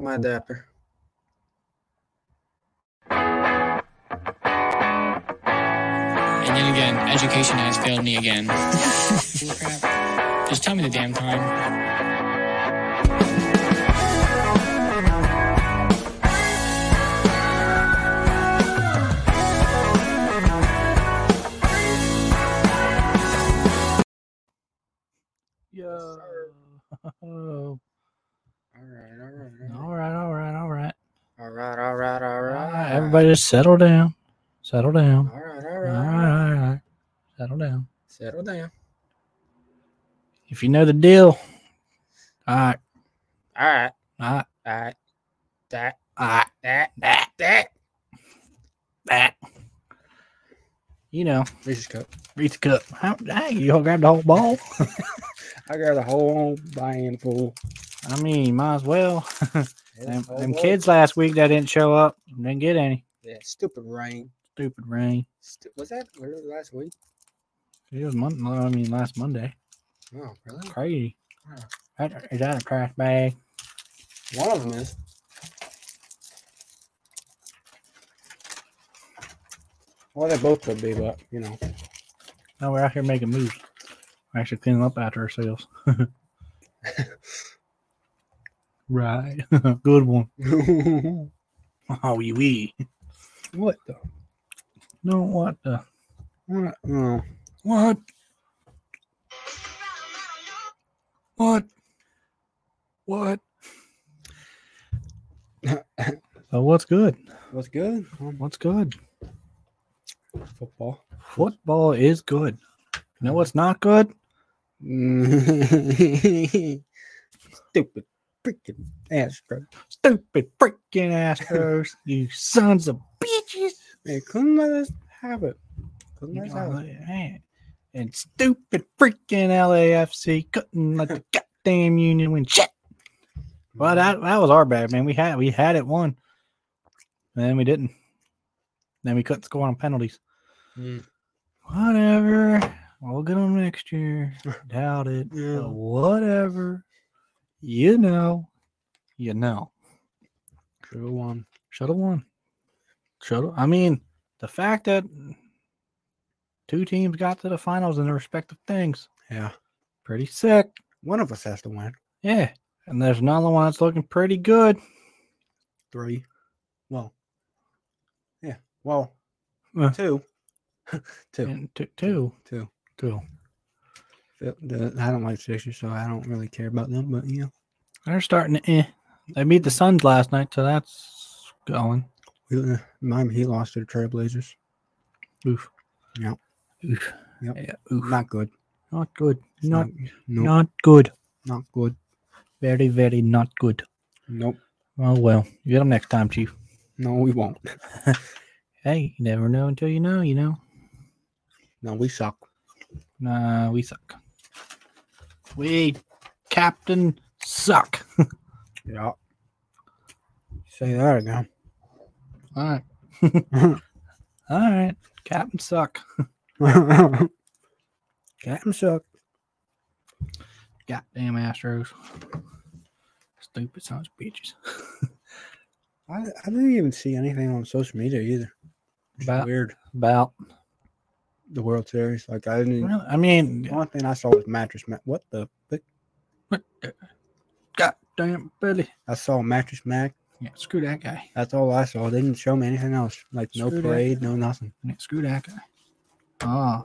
my dapper. And yet again, education has failed me again. Crap. Just tell me the damn time. Yo. all All right, all right, all right, right, all right, all right. all right, all right, all All right. right. Everybody just settle down. Settle All down. right, all All right, all right. right, all right. Settle down. Settle down. If you know the deal. All right. All right, All right. all right. That, All right. that, That. that. That. You know, Reese's cup. reach the cup. How, dang, you all grabbed the whole ball. I got a whole buying full. I mean, might as well. Them, them kids last week that didn't show up didn't get any. Yeah, stupid rain. Stupid rain. Stu- was that really last week? It was Monday. I mean, last Monday. Oh, really? Crazy. Wow. That, is that a trash bag? One of them is. Well, they both could be, but you know. No, we're out here making moves. We're actually cleaning up after ourselves. right. Good one. Oh, wee wee. what the? No, what Uh, the? What? No. What? What? What? so what's good? What's good? What's good? Football. Football is good. You know what's not good? Stupid freaking Astro. Stupid freaking Astros. you sons of bitches. They couldn't let us have it. Couldn't You let us know, have it. man. And stupid freaking LAFC couldn't let the goddamn union win shit. Well, that, that was our bad, man. We had we had it won, and then we didn't. Then we couldn't score on penalties. Mm. Whatever. We'll get them next year. Doubt it. but Yeah. whatever. You know. You know. True one. Should have won. Should have. I mean, the fact that two teams got to the finals in their respective things, Yeah. pretty sick. One of us has to win. Yeah. And there's another one that's looking pretty good. Three. Well. Yeah. Well. Uh. Two. two. And two, two, Two. two. The- the- I don't like Sixers, so I don't really care about them. But you know, They're starting to. Eh. They beat the Suns last night, so that's going. we, uh, Miami he lost to the Trailblazers. Oof. Yep. Oof. Yep. Yeah, oof. Not good. Not good. It's Not Nope. Not. not good. good. Very very not good. Nope. Oh well, you get them next time, Chief. No, we won't. Hey, you never know until you know. You know. No, we suck. Nah, we suck. We captain suck. Yeah. Say that again. All right. All right. Captain suck. Captain suck. Goddamn Astros. Stupid sons of bitches. I, I didn't even see anything on social media either. It's About- weird. About. The World Series. Like I didn't. Well, I mean, The only thing I saw was mattress. Ma- what the? Fuck? goddamn Billy. I saw mattress Mac. Yeah, screw that guy. That's all I saw. They didn't show me anything else. Like no Screw that. parade, no nothing. Yeah, screw that guy. Oh,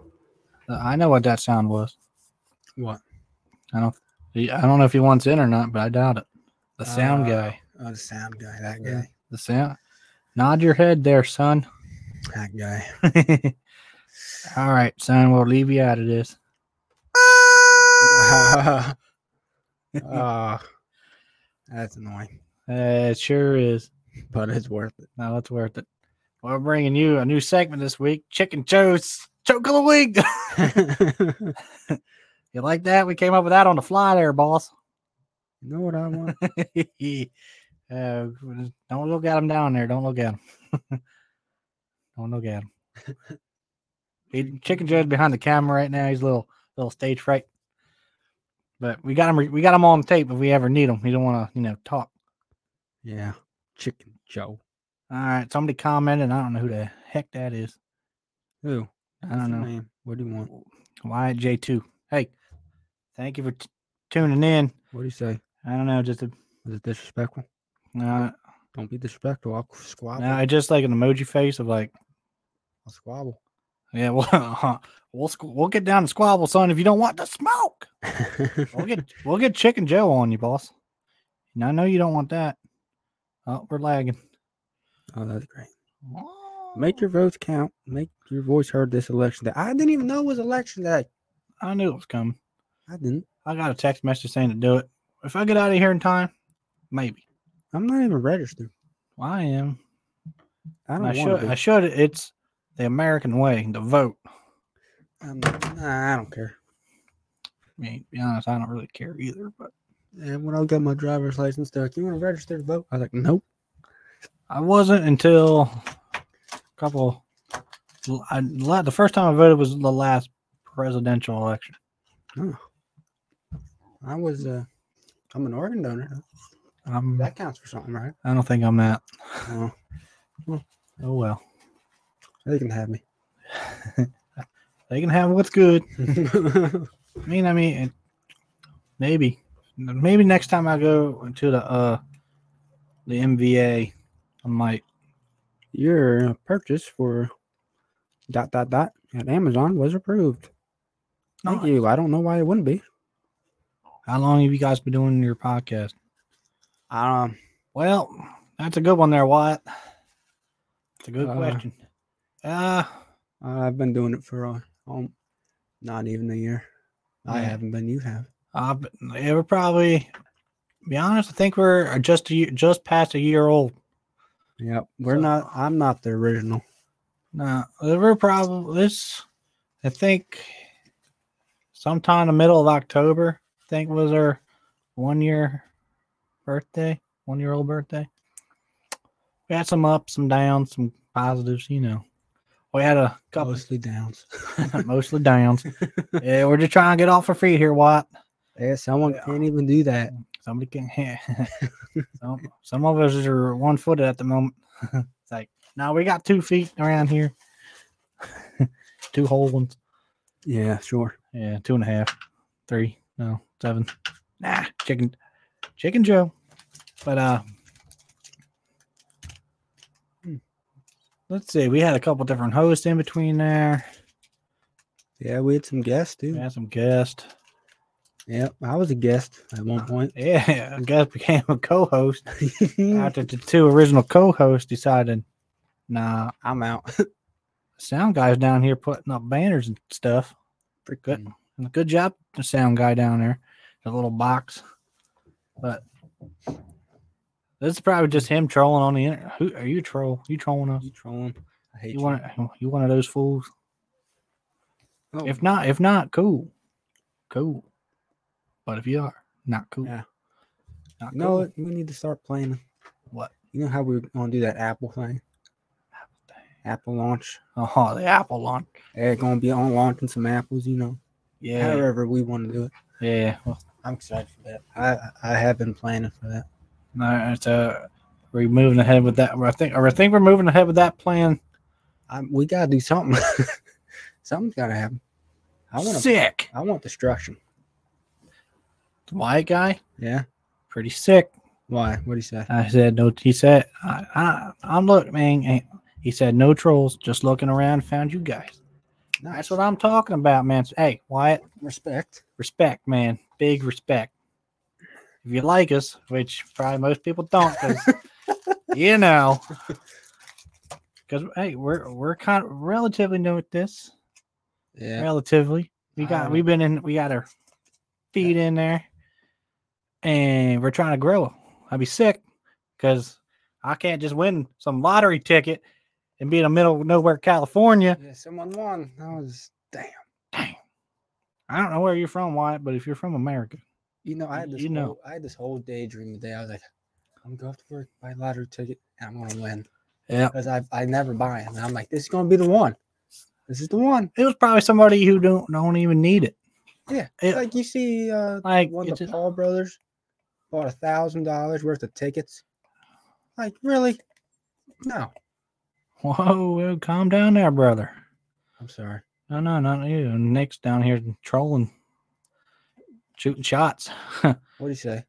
I know what that sound was. What? I don't. I don't know if he wants in or not, but I doubt it. The sound Uh, guy. Oh, the sound guy. That Yeah. guy. The sound. Nod your head there, son. That guy. All right, son. We'll leave you out of this. Ah, that's annoying, Uh, it sure is. but it's worth it. No, it's worth it. We're bringing you a new segment this week: Chicken Joe's Choke of the Week. you you like that? We came up with that on the fly, there, boss. know what I want? uh, don't look at him down there. Don't look at him. don't look at him. He, Chicken Joe's behind the camera right now. He's a little little stage fright. But we got him. We got him on tape if we ever need him. He don't want to, you know, talk. Yeah. Chicken Joe. All right. Somebody commented. I don't know who the heck that is. Who? I don't know. Name? What do you want? Wyatt J2. Hey, thank you for t- tuning in. What do you say? I don't know, just a, Was it disrespectful? uh, Don't be disrespectful. I'll squabble. no, just like an emoji face of like, I'll squabble. yeah, well, uh-huh. we'll squ- we'll get down and squabble, son, if you don't want the smoke. We'll get we'll get Chicken Joe on you, boss. And I know you don't want that. Oh, we're lagging. oh, that's great. Make your votes count. Make your voice heard this election day. I didn't even know it was election day. I knew it was coming. I didn't. I got a text message saying to do it. If I get out of here in time, maybe. I'm not even registered. Well, I am. I And I, don't want should. to. I should. It's the American way to vote. I'm, nah, I don't care. I mean, to be honest, I don't really care either. But And when I got my driver's license, they're like, "You want to register to vote?" I was like, "Nope." I wasn't until a couple. I, la- the first time I voted was the last presidential election. I was. Uh, I'm an organ donor. I'm, That counts for something, right? I don't think I'm that. Oh, Oh well, they can have me. they can have what's good. I mean, I mean, it, maybe, maybe next time I go to the uh the MVA, I might. Your purchase for dot dot dot at Amazon was approved. Thank Nice. you. I don't know why it wouldn't be. How long have you guys been doing your podcast? Um, Well, that's a good one there, Wyatt. That's a good Uh, question. Uh I've been doing it for uh, um, not even a year. I Yeah. haven't been. You have. Uh, but it would probably be honest. I think we're just a year, just past a year old. Yep. We're So- not. I'm not the original. No, we're probably this. I think sometime in the middle of October. I think was our one year birthday, one year old birthday. We had some ups, some downs, some positives. You know, we had a couple Mostly downs. mostly downs. yeah, we're just trying to get off our feet here, Watt. Yeah, someone Yeah. can't even do that. Somebody can. some, some of us are one footed at the moment. it's like, no, we got two feet around here, two whole ones. Yeah, sure. Yeah, two and a half, three, no, seven. Nah, chicken, chicken Joe. But uh, Hmm. let's see. We had a couple different hosts in between there. Yeah, we had some guests too. We had some guests. Yep, I was a guest at one point. Yeah, a guest became a co-host Hmm. after the two original co-hosts decided, nah, I'm out. sound guy's down here putting up banners and stuff. Pretty good. And good job, the sound guy down there, the little box. But this is probably just him trolling on the internet. Who are you a troll? You trolling us? You trolling? I hate You want you one of those fools? Oh, If not, if not, cool, cool. But if you are not cool, Yeah. not you know cool. what? We need to start playing. What? You know how we are gonna do that Apple thing? Apple launch. Oh, the Apple launch. They're gonna be on launching some apples. You know, Yeah, however we want to do it. yeah. Well, I'm excited for that. I I have been planning for that. no, it's uh, we're moving ahead with that. I think I think we're moving ahead with that plan. I, we gotta do something. Something's gotta happen. I want to. sick. I want destruction. The white guy, Yeah. pretty sick. Why? What do you say? I said no. He said, I, I, "I'm looking." Man. and He said, "No trolls. Just looking around, found you guys." That's what I'm talking about, man. So, hey, Wyatt, Respect. respect, man. Big respect. If you like us, which probably most people don't, 'cause, you know, because hey, we're we're kind of relatively new at this. Yeah. Relatively, we got Um, we've been in. We got our feet in there, and we're trying to grow. I'd be sick because I can't just win some lottery ticket and be in the middle of nowhere, California. Yeah. Someone won. I was damn. I don't know where you're from, Wyatt, but if you're from America, You know, I had Y- this you know. whole, I had this whole daydream today. I was like, I'm gonna go to work, buy a lottery ticket, and I'm gonna win. Yeah. Because I I never buy them. And I'm like, this is gonna be the one. This is the one. it was probably somebody who don't don't even need it. Yeah. It- like you see uh Like one it's of the just- Paul brothers bought a thousand dollars worth of tickets Like, really? No. Whoa, whoa, calm down there, brother. I'm sorry. No, no, not you. Nick's down here trolling, shooting shots. What do you say?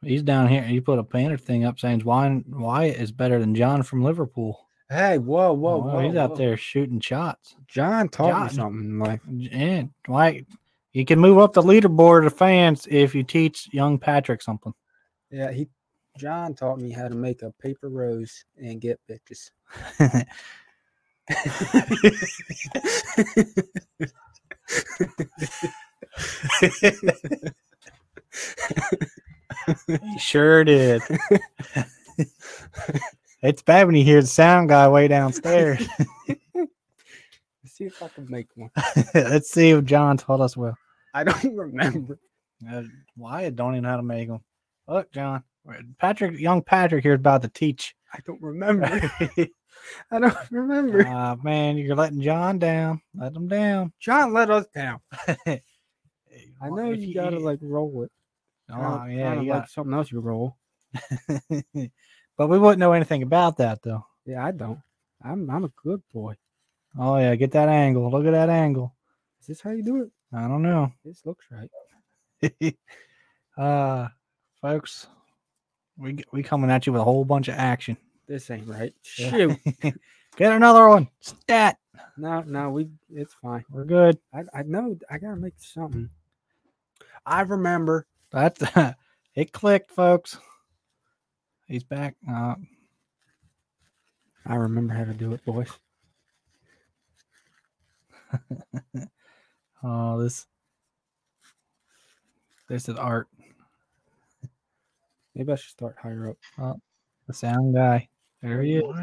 He's down here. He put a banner thing up saying Wyatt, Wyatt is better than John from Liverpool. Hey, whoa, whoa, Oh, Wow, whoa. he's out whoa. there shooting shots. John taught John. me something. Like, And like you can move up the leaderboard of fans if you teach young Patrick something. yeah, he. John taught me how to make a paper rose and get bitches. He sure did. it's bad when you hear the sound guy way downstairs. Let's see if I can make one. Let's see if John taught us well. I don't remember. Uh, Wyatt don't even know how to make them. Look, John. Patrick, young Patrick here is about to teach. I don't remember. I don't remember. Ah, man, you're letting John down. Let him down. John let us down. I know If you gotta like roll it. Oh, yeah, you like got, something else you roll. but we wouldn't know anything about that though. Yeah, I don't. I'm I'm a good boy. Oh yeah, get that angle. Look at that angle. Is this how you do it? I don't know. This looks right. uh folks, we g- we coming at you with a whole bunch of action. This ain't right. Yeah. Shoot. Get another one. Stat. no, no, we it's fine. We're good. I, I know I gotta make something. I remember. That's it clicked, folks. He's back. Uh, I remember how to do it, boys. oh, this this is art. Maybe I should start higher up. The sound guy. There he is. What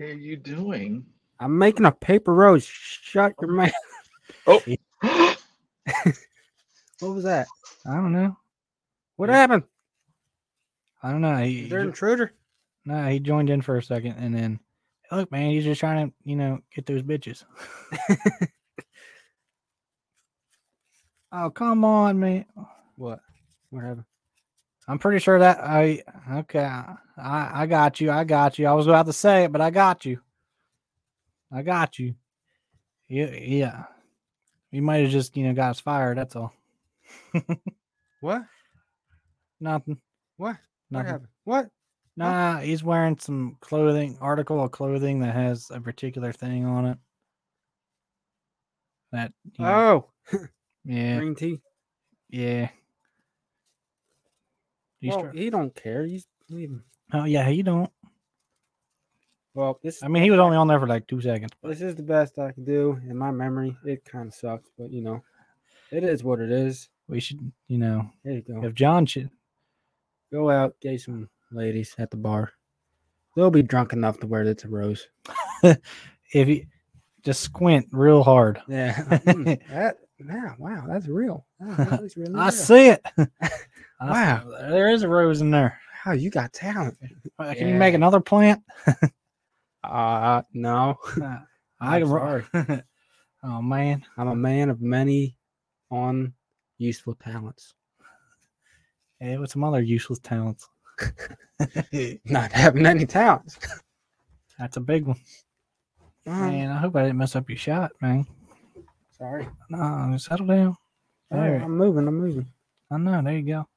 are you doing? I'm making a paper rose. Shut your mouth. What was that? I don't know. What Yeah. happened? I don't know. He, Is there an intruder? No, he joined in for a second and then look, man, he's just trying to, you know, get those bitches. oh, come on, man. What? What happened? I'm pretty sure that I okay. I I got you. I got you. I was about to say it, but I got you. I got you. Yeah, yeah. You might have just, you know, got us fired, that's all. What? Nothing. What? What Nothing. happened? What? Nah, he's wearing some clothing, article of clothing that has a particular thing on it. That you know, Oh, yeah, green tea. yeah. He's Well, tr- he don't care. He's leaving. oh yeah, you don't. Well, this I mean, he was only on there for like two seconds. this is the best I can do in my memory. It kind of sucks, but you know, it is what it is. We should, you know, There you go. if John should, Go out, get some ladies at the bar. They'll be drunk enough to where it's a rose. if he just squint real hard. Yeah. Mm, that. Yeah. Wow. That's real. Wow, that is really I real. see it. I- Wow. there is a rose in there. Wow, you got talent. Uh, Can you make Yeah. another plant? Uh, no. Uh, I I'm can. oh man. I'm a man of many on useful talents. Yeah, with some other useless talents. That's Not having any talents. a big one. Mm. Man, I hope I didn't mess up your shot, man. Sorry. No, settle down. Oh, There. I'm moving. I'm moving. I know. There you go.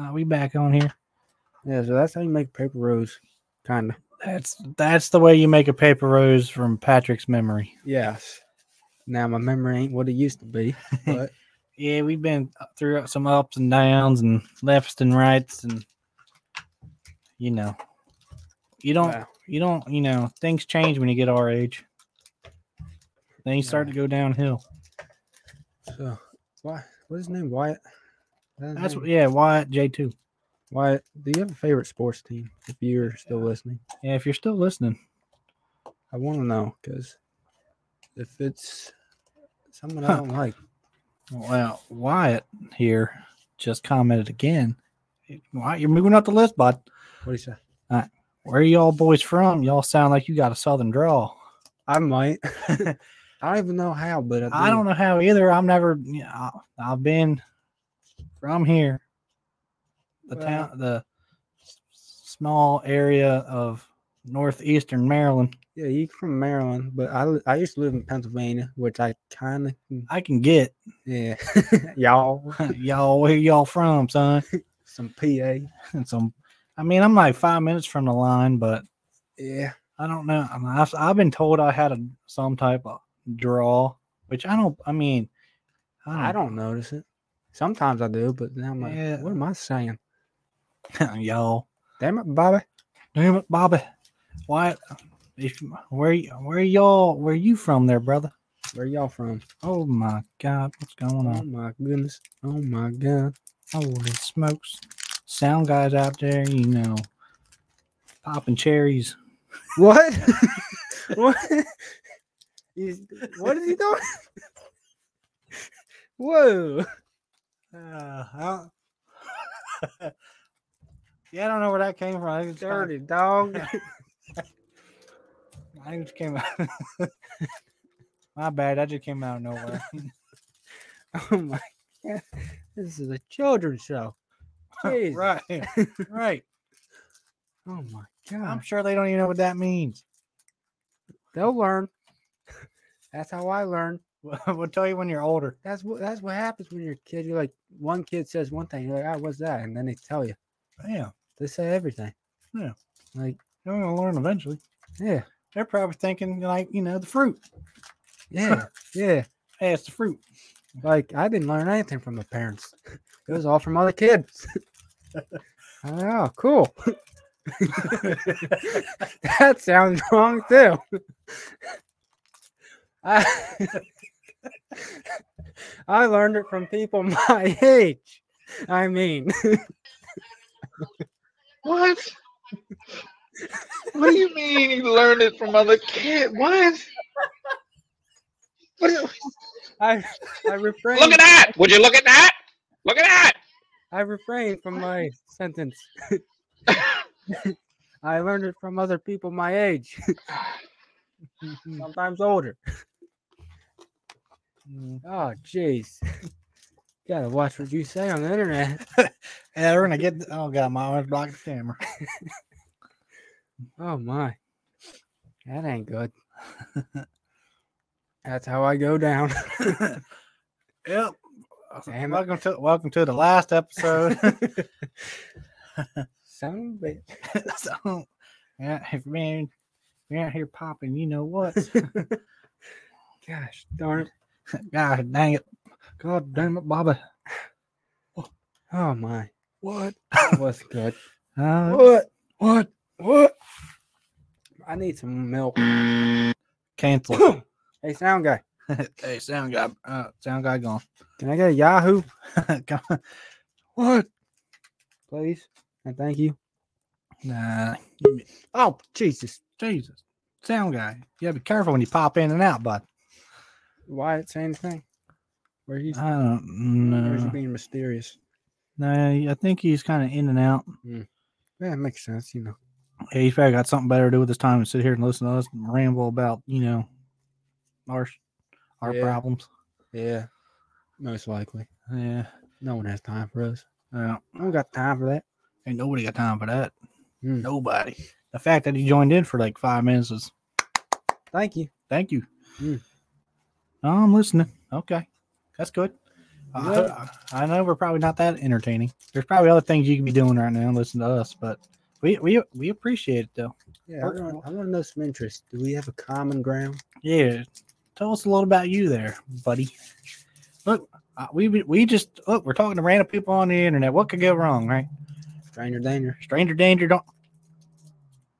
Uh, we back on here. Yeah, so that's how you make paper rose, kind of. That's that's the way you make a paper rose from Patrick's memory. Yes. Now my memory ain't what it used to be, but Yeah, we've been through some ups and downs and lefts and rights and you know, you don't wow. you don't you know things change when you get our age. Things start Yeah. to go downhill. so why? What's his name? Wyatt. That's That's what, yeah. Wyatt J two. Wyatt. Do you have a favorite sports team? If you're still listening, Yeah, if you're still listening, I want to know because if it's someone I Huh. don't like, Well, Wyatt here just commented again. Wyatt, you're moving up the list, bud. what do you say? Where y'all boys from? Y'all sound like you got a southern drawl. I might. I don't even know how, but I, I do. don't know how either. I've never, you know, I- I've been from here, the Well- town, the s- small area of northeastern Maryland. Yeah, you from Maryland, but I li- I used to live in Pennsylvania, which I kind of I can get yeah y'all y'all where y'all from, son. some PA And some, I mean, I'm like five minutes from the line, but yeah I don't know. I mean, I've, I've been told I had a some type of draw, which I don't. I mean, I don't notice it. Sometimes I do, but now I'm like, Hmm. Yeah. what am I saying? don't, y'all. Damn it, Bobby! Damn it, Bobby. Why? If, where y- where y'all? Where you from, there, brother? Where y'all from? Oh my God, what's going Oh on? my goodness! Oh my god! Holy smokes! Sound guys out there, you know, popping cherries. What? what? He's- what is he doing? Whoa! Uh, I don't- yeah, I don't know where that came from. I just, Dirty dog. I just came out. My bad. That just came out of nowhere. Oh my god! This is a children's show. Jesus. right. Right. Oh my I'm god! sure they don't even know what that means. They'll learn. That's how I learned. We'll we'll tell you when you're older. That's what that's what happens when you're a kid. You're like one kid says one thing, you're like, ah, what's that? And then they tell you. Yeah. They say everything. Yeah. Like, They're going to learn eventually. yeah, They're probably thinking, like, you know, the fruit. yeah, yeah. Hey, it's the fruit. Like, I didn't learn anything from my parents. It was all from other kids. oh, cool. that sounds wrong, too. I, I learned it from people my age. I mean, What? what do you mean you learned it from other kid? What? what is, I I refrain. look at that! Would you look at that? Look at that! I refrain from my sentence. I learned it from other people my age, Mm-hmm. sometimes older. Mm. Oh, jeez. Gotta watch what you say on the internet. Yeah, we're going to get, oh, God, my arms blocked the camera. Oh my, that ain't good. That's how I go down. Yep. Damn it. welcome to welcome to the last episode. Son of a bitch. so, yeah, if we ain't, we ain't here popping, you know what? Gosh darn it. God dang it. God damn it, Baba. Oh my, What? that was good. Uh, What? What? What? I need some milk. Cancel. hey, sound guy, hey, sound guy. Uh, sound guy gone. can I get a Yahoo? Come on. what? please. And thank you. Nah. Oh, Jesus. Jesus. Sound guy. You gotta be careful when you pop in and out, bud. Why didn't say anything? Were you, I don't were you know. being mysterious? Nah, I think he's kind of in and out. Yeah, it makes sense, you know. Yeah, he's probably got something better to do with his time than sit here and listen to us ramble about, you know, our our Yeah. problems. Yeah. Most likely. Yeah. No one has time for us. Yeah. I don't got time for that. Ain't nobody got time for that. Hmm. Nobody. The fact that he joined in for like five minutes is Thank you. thank you. Hmm. No, I'm listening. Okay. That's good. You I, I know we're probably not that entertaining. There's probably other things you can be doing right now, listen to us, but we we, we appreciate it though. Yeah, I Okay. want, I want to know some interest. Do we have a common ground? Yeah. Tell us a little about you there, buddy. Look, uh, we we just look, we're talking to random people on the internet. What could go wrong, right? Stranger danger. Stranger danger don't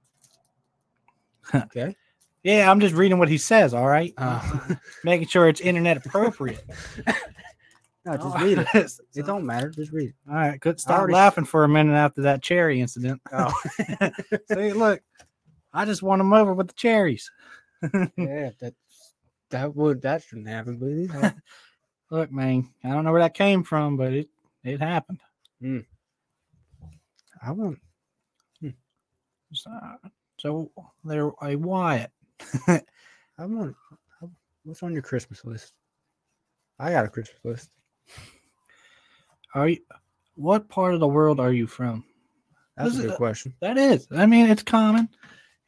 Okay. Yeah, I'm just reading what he says, all right? Uh, Making sure it's internet appropriate. no, just read it. So- It don't matter. Just read it. All right, good. Stop already- laughing for a minute after that cherry incident. Oh. See, look, I just won him over with the cherries. yeah, that that would that shouldn't happen, but it happened. Look, man, I don't know where that came from, but it it happened. I want So, so there, a Wyatt. I want I- what's on your Christmas list? I got a Christmas list. Are you? What part of the world are you from? That's a This is- good question. That is. I mean, it's common.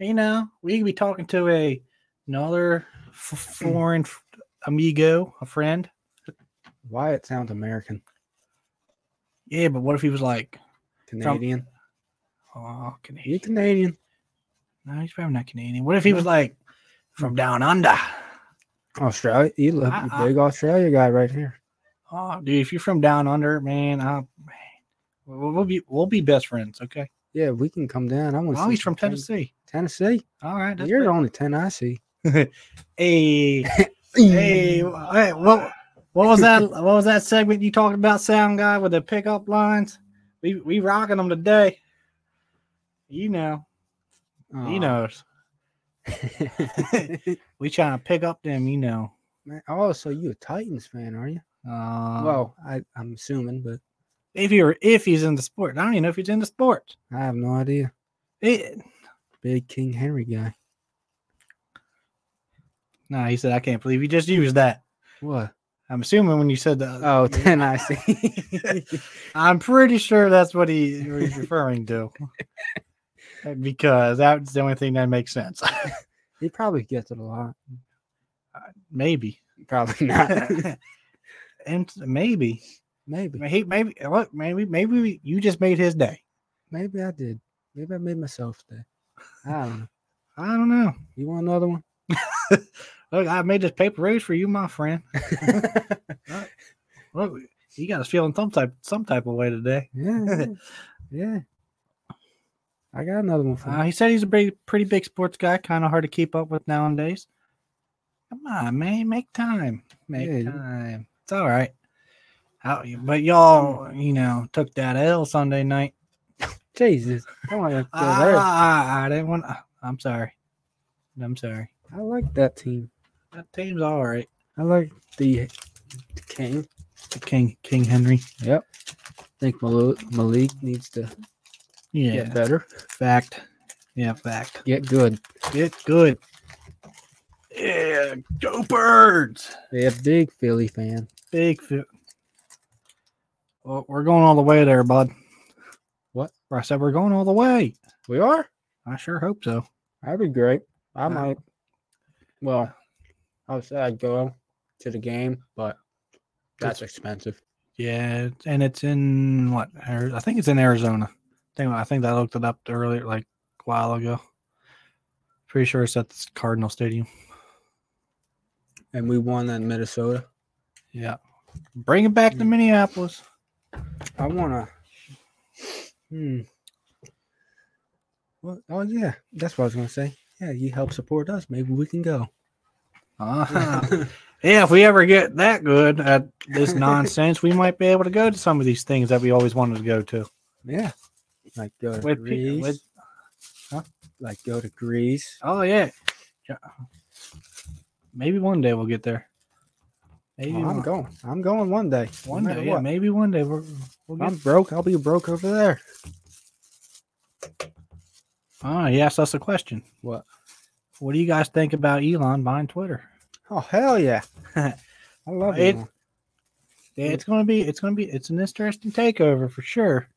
You know, we could be talking to a another f- foreign f- amigo, a friend. Why it sounds American, Yeah, but what if he was like, Canadian? oh, Canadian? You Canadian? No, he's probably not Canadian. What if he was like from down under? Australia? You look I- you I- big Australia guy right here. Oh, dude, if you're from down under, man, I, man we'll, we'll be we'll be best friends, okay? Yeah, we can come down. I want. Oh, he's from Tennessee. Tennessee. All right, that's You're the better. only ten I see. Hey, hey, Mm. wh- hey, what what was that? What was that segment you talked about, Sound Guy, with the pickup lines? We we rocking them today. You know, Aw. he knows. We trying to pick up them. You know. Man, oh, so you a Titans fan, are you? Uh, well, I, I'm assuming, but if you're if he's in the sport, I don't even know if he's in the sport. I have no idea. It, Big King Henry guy. no, he said I can't believe you just used that. What? I'm assuming when you said that, Oh, 10 I see. I'm pretty sure that's what he was referring to. because that's the only thing that makes sense. he probably gets it a lot. maybe. Probably not. and maybe. maybe. He maybe look, maybe maybe you just made his day. Maybe I did. Maybe I made myself day. I don't know. I don't know. You want another one? Look, I made this paper raise for you, my friend. Look, you got us feeling some type some type of way today. yeah. Yeah. I got another one for Uh, you. he said he's a pretty, pretty big sports guy, kind of hard to keep up with nowadays. Come on, man, make time, make Yeah, you- time. It's all right. How, but y'all, you know, took that L Sunday night. Jesus. Don't wanna go I, there. I, I didn't want. I'm sorry. I'm sorry. I like that team. That team's all right. I like the, the King. King King Henry. Yep. think Malik, Malik needs to Yeah. get better. Fact. Yeah. Fact. Get good. Get good. Yeah. Go birds. Yeah, big Philly fan. Big fit. Well, we're going all the way there, bud. What? I said we're going all the way. We are? I sure hope so. That'd be great. I Uh, might. Well, I would say I'd go to the game, but that's expensive. Yeah, and it's in what? Ari- I think it's in Arizona. I think I think I looked it up earlier, like a while ago. Pretty sure it's at the Cardinal Stadium. And we won in Minnesota. Yeah, bring it back to Mm. Minneapolis. I wanna. Hmm. Well, oh yeah, that's what I was gonna say. Yeah, you help support us. Maybe we can go. Uh-huh. yeah, if we ever get that good at this nonsense, we might be able to go to some of these things that we always wanted to go to. yeah, like go to With, pe- Greece. with Like go to Greece. Oh yeah. Yeah. Maybe one day we'll get there. Maybe Oh, I'm one, going. I'm going one day. no one matter day. Yeah, what. maybe one day we're, we'll If get. I'm broke. I'll be broke over there. Oh yes, that's the question. What? What do you guys think about Elon buying Twitter? Oh hell yeah! I love It- it. Yeah, it's gonna be. It's gonna be. It's an interesting takeover for sure.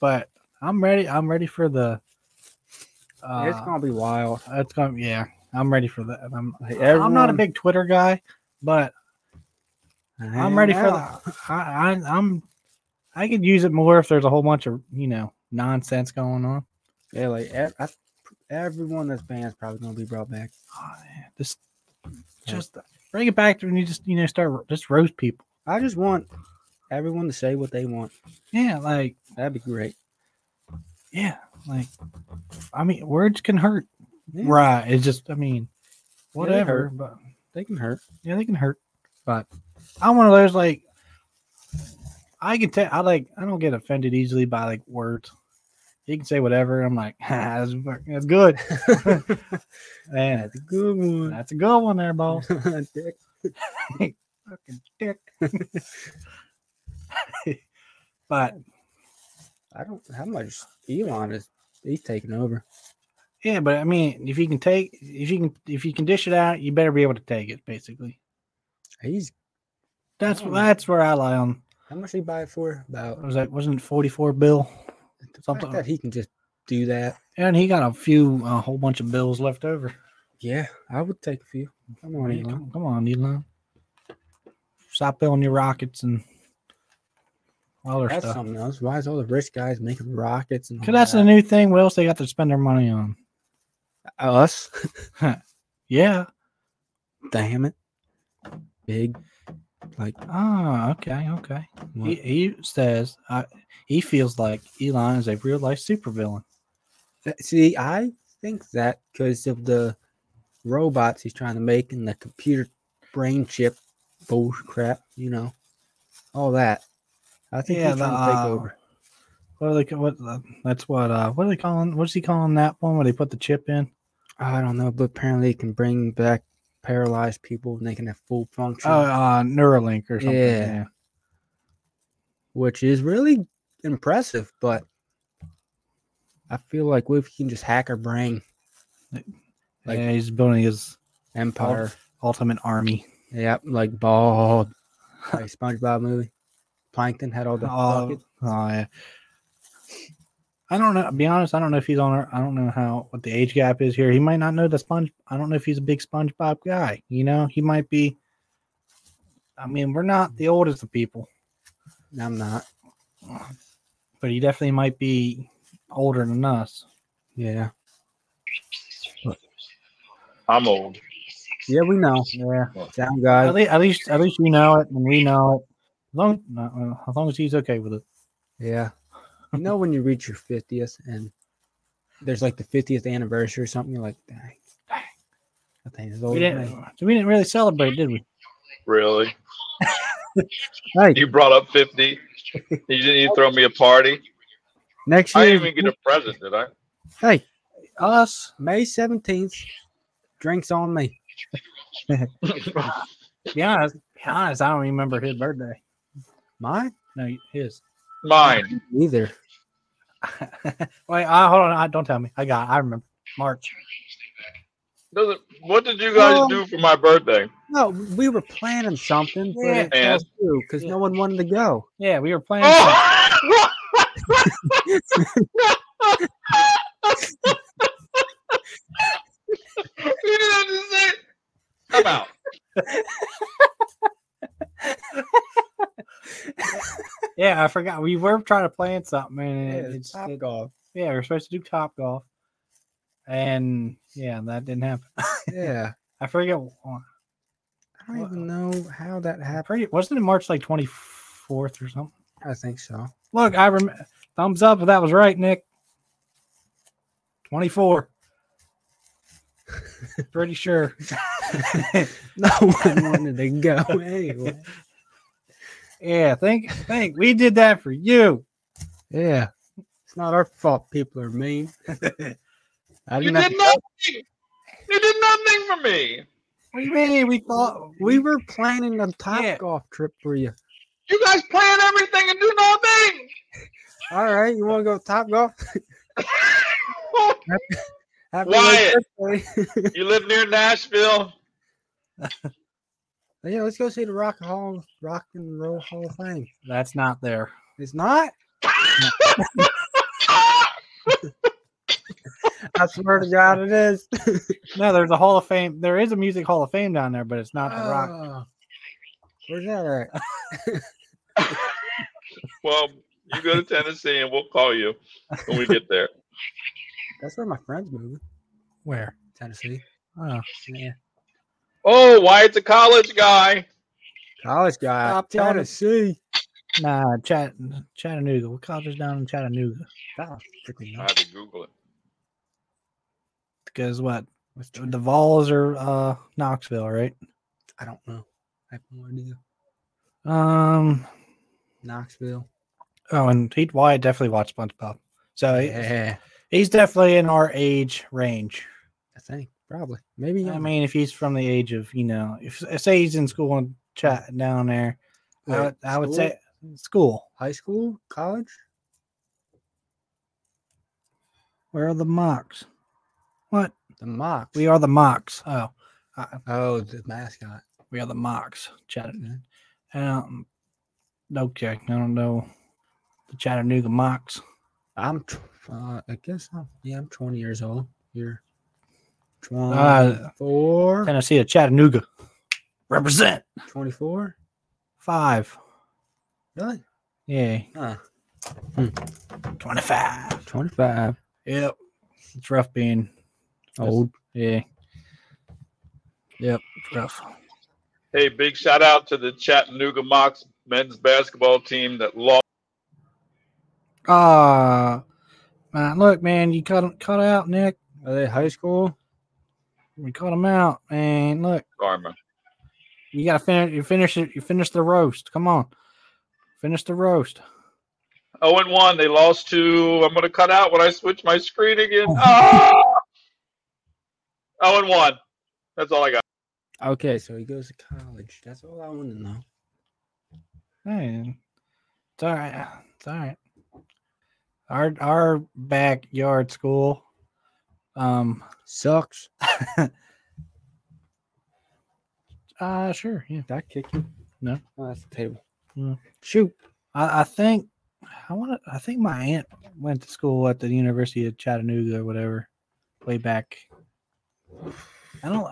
But I'm ready. I'm ready for the. Uh, it's gonna be wild. It's gonna. Yeah, I'm ready for that. I'm. Like, I'm not a everyone- big Twitter guy, but I'm ready for Yeah. the. I, I, I'm. I could use it more if there's a whole bunch of you know nonsense going on. Yeah, like ev- I, everyone that's banned is probably gonna be brought back. Oh, man. Just, just bring it back to when you just you know start ro- just roast people. I just want everyone to say what they want. Yeah, like That'd be great. yeah, like I mean words can hurt. Yeah, Right. It's just I mean they whatever, hurt. but They can hurt. yeah, they can hurt. But I'm one of those like I can tell I like I don't get offended easily by like words. You can say whatever. I'm like, "Ah, that's, fuck- that's good. Man, That's a good one. that's a good one there, boss. Dick. fucking dick. but I don't. How much Elon is? He's taking over. yeah, but I mean, if you can take, if you can, if you can dish it out, you better be able to take it. Basically, He's that's Mm. that's where I lie on. how much he buy it for? About Was that wasn't forty four bill? the fact Something- that he can just do that. And he got a few, a whole bunch of bills left over. Yeah, I would take a few. Come on, Elon. Come, come on, Elon. Stop building your rockets and all their That's stuff. something else. Why is all the rich guys making rockets and all Because that's that? the new thing. What else they got to spend their money on? us? Yeah. Damn it! Big, like Ah, okay, okay. what? He, he says I, he feels like Elon is a real life supervillain. That- See, I think that because of the robots he's trying to make and the computer brain chip bullshit crap, you know, all that. I think Yeah, he's the, trying to uh, take over. What are they? ca- What? uh, That's what. Uh, what are they calling? What's he calling that one where they put the chip in? I don't know, but apparently it can bring back paralyzed people and they can have full function, Oh, uh, Neuralink or something. Yeah. which is really impressive. But I feel like what if he can just hack our brain Like- yeah, he's building his empire? ultimate army. Yep, like bald, like SpongeBob movie. Plankton had all the Oh, buckets. oh, yeah. I don't know. To be honest, I don't know if he's on. our- I don't know how what the age gap is here. He might not know the sponge. I don't know if he's a big SpongeBob guy. You know, he might be. I mean, we're not the oldest of people, I'm not. but he definitely might be older than us. Yeah. I'm old. Yeah, we know. Yeah. Sound At guy. least, at least, at least we know it, and we know it. As long, no, well, as long as he's okay with it. Yeah. You know when you reach your 50th and there's like the 50th anniversary or something, you're like, dang, dang. I think it's old. We as didn't. me." We didn't really celebrate, did we? Really? Hey, You brought up 50. You didn't even throw me a party. next I year, didn't even get a present, did I? hey, Us. May 17th, drinks on me. To be honest. Be honest. I don't remember his birthday. Mine? No, his. Mine. Either. Wait, I, hold on. I, don't tell me. I got. I remember March. Doesn't, what did you guys Um, do for my birthday? No, we were planning something, but Yeah. it fell through because Yeah. no one wanted to go. Yeah, we were playing. Oh! you didn't have to say it. Come out. Yeah, I forgot. We were trying to plan something, and Yeah, it- it's it's, Top it- Golf. yeah, we are supposed to do top golf, and yeah, that didn't happen. Yeah. I forget. I don't even know how that I happened. forget. Wasn't it March like twenty fourth or something? I think so. Look, I remember. Thumbs up if that was right, Nick. 24. Pretty sure. No one wanted to go anyway. yeah, think think we did that for you. Yeah. It's not our fault people are mean. I You didn't have did to- nothing. You did nothing for me. What do you mean? We thought we were planning a top Mm. Yeah. golf trip for you. You guys plan everything and do nothing. All right, you want to go top golf? Happy late birthday. you live near Nashville. yeah, let's go see the Rock Hall, Rock and Roll Hall of Fame. that's not there. It's not. I swear to God, it is. No, there's a Hall of Fame. There is a Music Hall of Fame down there, but it's not the rock. Oh. Where's that at? well, you go to Tennessee and we'll call you when we get there. That's where my friends moving. Where? Tennessee. Oh, Yeah. Oh, Wyatt's a college guy. College guy. Stop telling me. Tennessee. nah, Chat Chattanooga. What college is down in Chattanooga? God, freaking I had to Google it. Because what? What's the- The Vols are uh, Knoxville, right? I don't know. I have no idea. Um. Knoxville. Oh, and he Wyatt definitely watched SpongeBob, so he- Yeah, he's definitely in our age range. I think probably. Maybe. uh, I younger. mean, if he's from the age of, you know, if say he's in school and chat down there, I Wait, would, I would school? say school. high school, college. Where are the mocks? What? The mock. We are the mocks. Oh, uh, Oh, the mascot. we are the mocks. Chat. Mhm. Um, okay, I don't know the Chattanooga mocks. I'm, tw- uh, I guess I'm, yeah, I'm 20 years old. You're Uh, 24, Tennessee of Chattanooga. Represent 24. five. Really? Yeah, Huh. twenty-five. 25. Yep, it's rough being Old. Yeah. Yep, it's rough. Hey, big shout out to the Chattanooga Mox men's basketball team that lost. Ah, man, look, man, you cut cut out, Nick. Are they high school? We cut him out, man. Look, Karma. you gotta finish. You finish it. You finish the roast. Come on, finish the roast. Oh and one. They lost to. I'm gonna cut out when I switch my screen again. Ah! Oh and one. That's all I got. Okay, so he goes to college. That's all I want to know. Hey, it's all right. uh, It's all right. Our our backyard school. Um. Sucks. Uh. Sure. Yeah. Did I kick you? No. Oh, that's the table. No. Shoot. I, I think I want to. I think my aunt went to school at the University of Chattanooga or whatever, way back. I don't.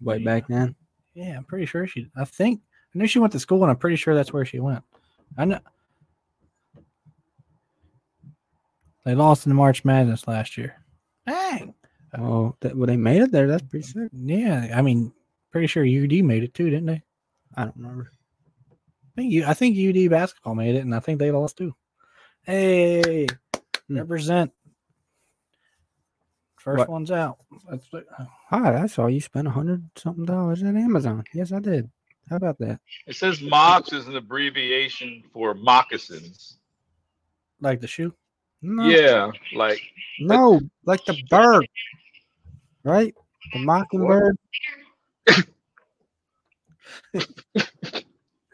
Way Yeah. back then. Yeah, I'm pretty sure she. I think I knew she went to school, and I'm pretty sure that's where she went. I know. They lost in the March Madness last year. Dang. Oh, that, well, they made it there. That's pretty sick. Yeah, I mean, pretty sure UD made it too, didn't they? I I don't remember. think you. I think UD basketball made it, and I think they lost too. Hey, Hmm. represent. First What? one's out. That's what- Hi, I saw you spent a hundred something dollars at Amazon. Yes, I did. How about that? It says Mox is an abbreviation for moccasins. like the shoe. No, Yeah, like no, like the bird, right? The mockingbird.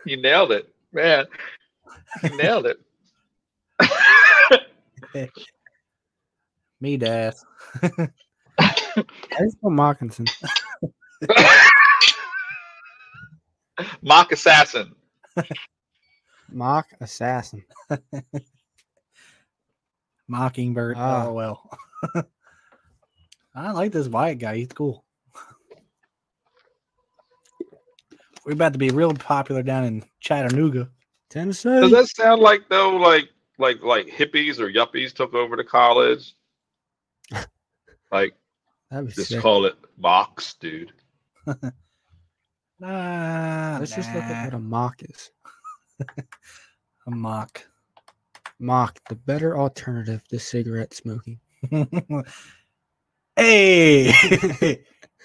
you nailed it, man. You nailed it. Me das. That's for Mockinson. Mock assassin. Mock assassin. Mockingbird. Ah. Oh well. I like this Wyatt guy. He's cool. We're about to be real popular down in Chattanooga. Tennessee. Does that sound like though, like like like hippies or yuppies took over the college? Like That'd be just sick. call it Mox, dude. Nah, Let's just look at nah. what a mock is. a mock. Mock, the better alternative to cigarette smoking. hey,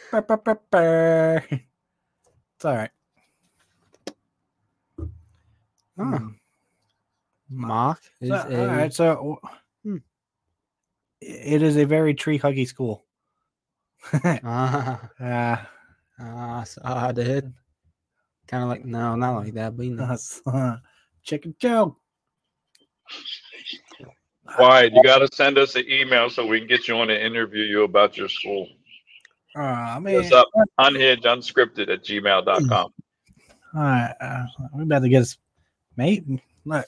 Brr, brr, brr, brr. it's all right. Huh. Mm. Mock. Mock Hmm, is So, a all right, so Hmm. it is a very tree huggy school. ah, Uh, ah, saw the head. Kind of like no, not like that, but you know. Us. uh, Chicken Joe. Why? You got to send us an email so we can get you on to interview you about your school. Aw, man. What's up? Unhinged, unscripted at gmail.com. All right, uh, we about to get his mate. Look,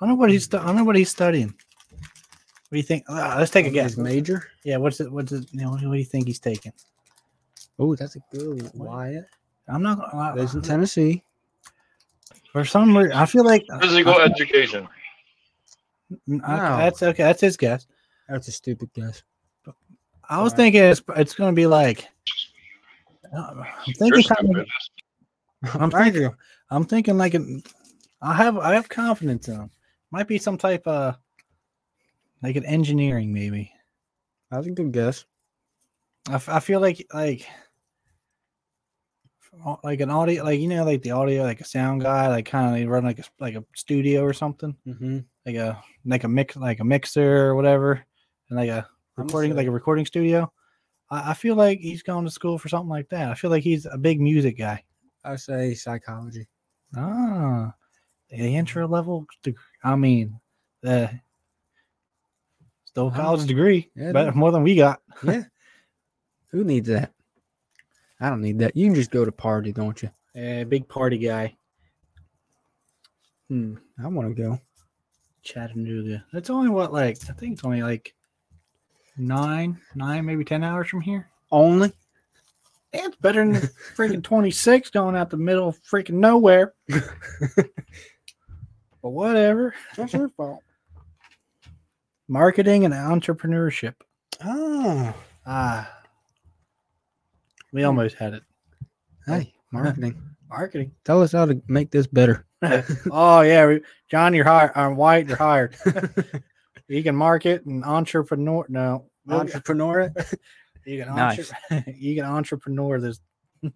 I don't know what he's. stu- I don't know what he's studying. What do you think? Uh, let's take a guess. His major. Yeah, what's it? What's it? You know, what do you think he's taking? Oh, that's a good one. Wyatt. I'm not. Uh, Lives in Tennessee. for some reason, I feel like uh, Physical education. Mm, okay, No. that's okay. That's his guess. That's a stupid guess. I was Alright. thinking it's, it's going to be like. uh, I'm You're thinking. Kind of, stupid. I'm thinking, I'm thinking like an, I have I have confidence in him. Might be some type of like an engineering maybe. That's a good guess. I, f- I feel like like au- like an audio like you know like the audio like a sound guy like kind of they run like a s- like a studio or something Mm-hmm. like a like a mix like a mixer or whatever and like a recording like a recording studio. I, I feel like he's going to school for something like that. I feel like he's a big music guy. I say psychology. Ah, the intro level degree. I mean, the still a Huh? college degree, Yeah, but dude. more than we got. Yeah. Who needs that? I don't need that. You can just go to party, don't you? Yeah, big party guy. Hmm. I want to go. Chattanooga. That's only what like I think it's only like nine, nine, maybe ten hours from here. Only Yeah, it's better than the freaking twenty six going out the middle of freaking nowhere. but whatever. that's your fault. Marketing and entrepreneurship. Oh, Ah. We almost had it. hey, marketing. Marketing. Tell us how to make this better. oh yeah, we- John, you're hired. I'm White, you're hired. you can market and entrepreneur. No, Oh, Entrepreneur, you can Nice. entre- you can entrepreneur this.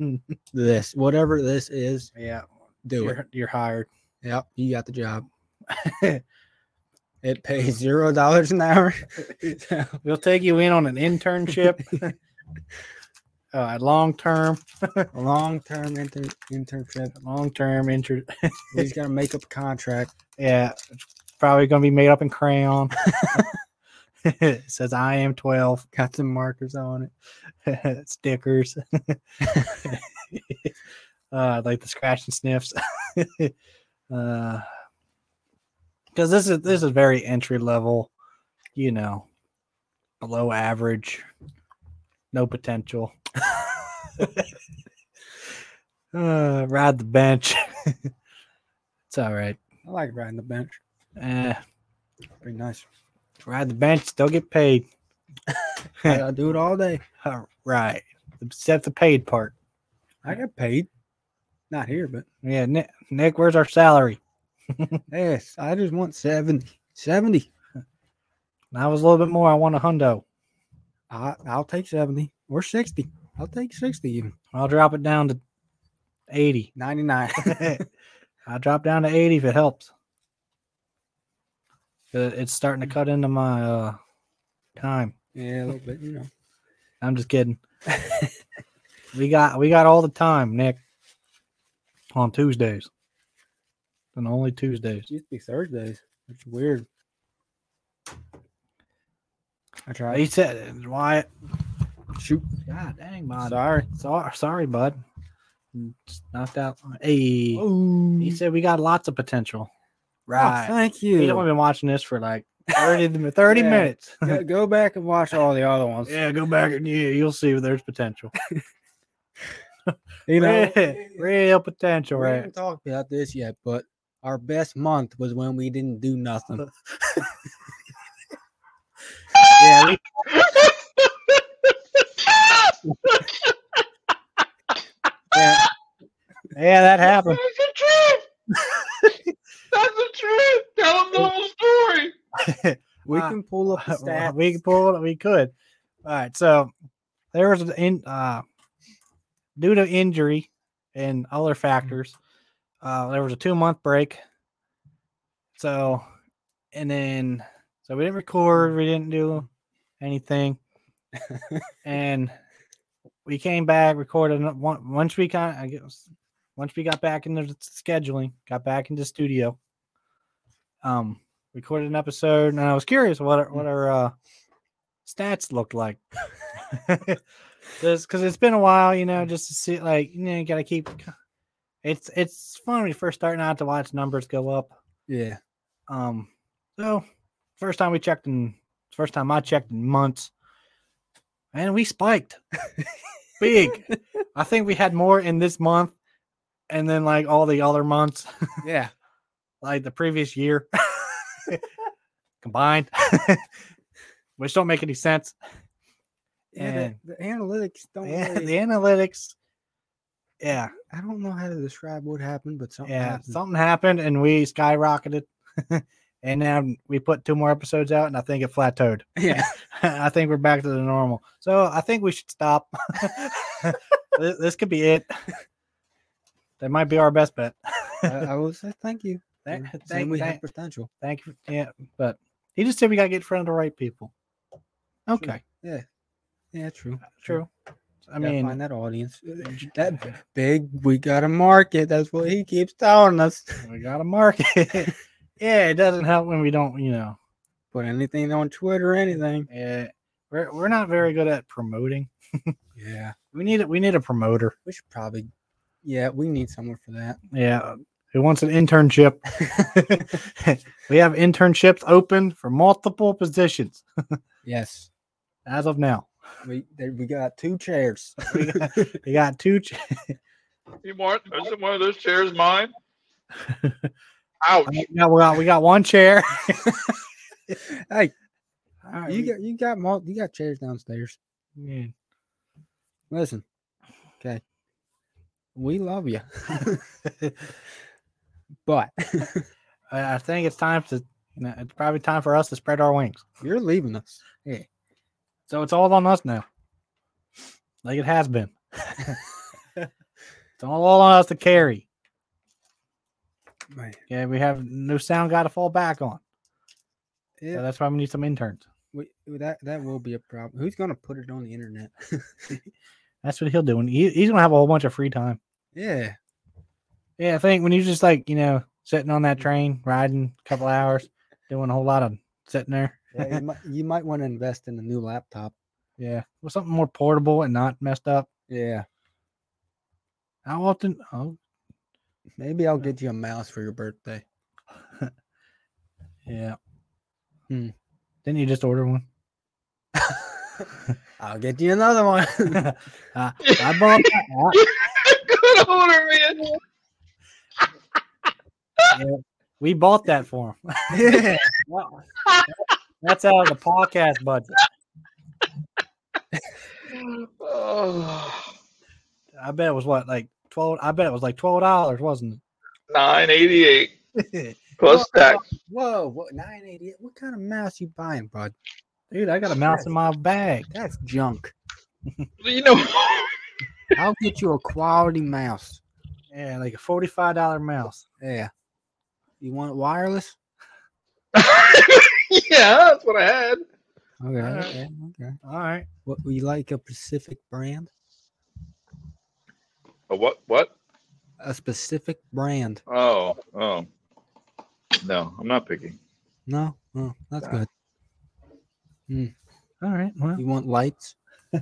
this whatever this is, yeah, do it. you're, you're hired. Yep, you got the job. it pays zero dollars an hour. So, We'll take you in on an internship. uh, long term, Long term inter- internship. long term inter. He's got to make up a contract. Yeah, it's probably gonna be made up in crayon. it says I am twelve. Got some markers on it. stickers. uh, like the scratch and sniffs. Because this is this is very entry level, you know, below average, no potential. uh, ride the bench. it's all right. I like riding the bench. Eh, Pretty nice. ride the bench. Still get paid. I, I do it all day. All right. Except the paid part. I get paid. Not here, but Yeah, Nick, Nick, where's our salary? yes, I just want 70. 70. I was a little bit more. I want a hundo. I, I'll take 70 or 60. I'll take 60 even. I'll drop it down to 80. 99. I'll drop down to 80 if it helps. It- It's starting to cut into my uh, time. yeah, a little bit, you know. I'm just kidding. we got we got all the time, Nick. On Tuesdays. And only Tuesdays. It used to be Thursdays, which is weird. I He tried. said Wyatt. Shoot. God dang bud. Sorry. Sorry, sorry, bud. Just knocked out. Hey. Oh, He said we got lots of potential. thank He's you. only been watching this for like 30, to- 30 Yeah. minutes. go, go back and watch all the other ones. Yeah, go back and yeah, you'll see where there's potential. You know, real, real potential, we right? haven't talked about this yet, but our best month was when we didn't do nothing. Yeah, we, Yeah, yeah, that happened. That's the truth. That's the truth. Tell them the whole story. we Uh, can pull up the stats. we could pull it. We could. All right. So there was an in, uh, due to injury and other factors, uh, there was a two month break. So, and then so we didn't record. We didn't do anything, and we came back recorded. an- on- Once we kind, I guess, once we got back into the scheduling, got back into studio. Um, recorded an episode and I was curious what our, what our uh, stats looked like. just because it's been a while, you know, just to see like you know you gotta keep. It's it's fun when you're first starting out to watch numbers go up. yeah, Um, so first time we checked in, first time I checked in months, and we spiked big. I think we had more in this month, and then like all the other months yeah. like the previous year combined, which don't make any sense. yeah the, the analytics don't. Yeah, really- the analytics. Yeah, I don't know how to describe what happened, but something. yeah, happened. something happened and we skyrocketed, and now we put two more episodes out, and I think it plateaued. yeah. I think we're back to the normal. So I think we should stop. this, this could be it. That might be our best bet. I, I will say thank you. Thank, and saying thank, we have thank, potential. thank you. Yeah, but he just said we gotta get in front of the right people. Okay. Yeah, true. True. I Gotta mean, find that audience. That big, we got to market. That's what he keeps telling us. we got a market. yeah, it doesn't help when we don't, you know. Put anything on Twitter, anything. Yeah, we're we're not very good at promoting. Yeah, We need it. We need a promoter. we should probably. Yeah, we need someone for that. Yeah, who wants an internship. we have internships open for multiple positions Yes. as of now. We there, we got two chairs. We got, we got two. ch- You Mark, isn't one of those chairs mine? Ouch. now we got we got one chair. hey, All right, you we- got you got mul- you got chairs downstairs. yeah. Listen, okay, we love you, but I, I think it's time to. You know, it's probably time for us to spread our wings. you're leaving us. So it's all on us now. Like it has been. it's all on us to carry. Man, Yeah, we have no sound guy to fall back on. So it, that's why we need some interns. we, that that will be a problem. Who's gonna put it on the internet? That's what he'll do. And he, he's gonna have a whole bunch of free time. yeah, Yeah, I think when you're just like you know sitting on that train, riding a couple hours, doing a whole lot of sitting there. yeah, you might, you might want to invest in a new laptop. Yeah, well, something more portable and not messed up. Yeah, How often? Oh, maybe I'll get you a mouse for your birthday. yeah. Hmm. Didn't you just order one? I'll get you another one. uh, I bought. I- Good order, man. We bought that for him. yeah, That's out of the podcast budget. Oh, I bet it was what like twelve. I bet it was like twelve dollars, wasn't 988 it? plus uh, tax. whoa, what nine eighty? What kind of mouse you buying, bud? Dude, I got a mouse in my bag. That's junk. You know, I'll get you a quality mouse. Yeah, like a forty-five dollar mouse. Yeah. You want it wireless? yeah, that's what I had. Okay. Alright. Okay. okay. All right. What we like a specific brand? A what? What? A specific brand? Oh, oh. No, I'm not picky. No, no, that's Nah. good. All right. Well, You want lights?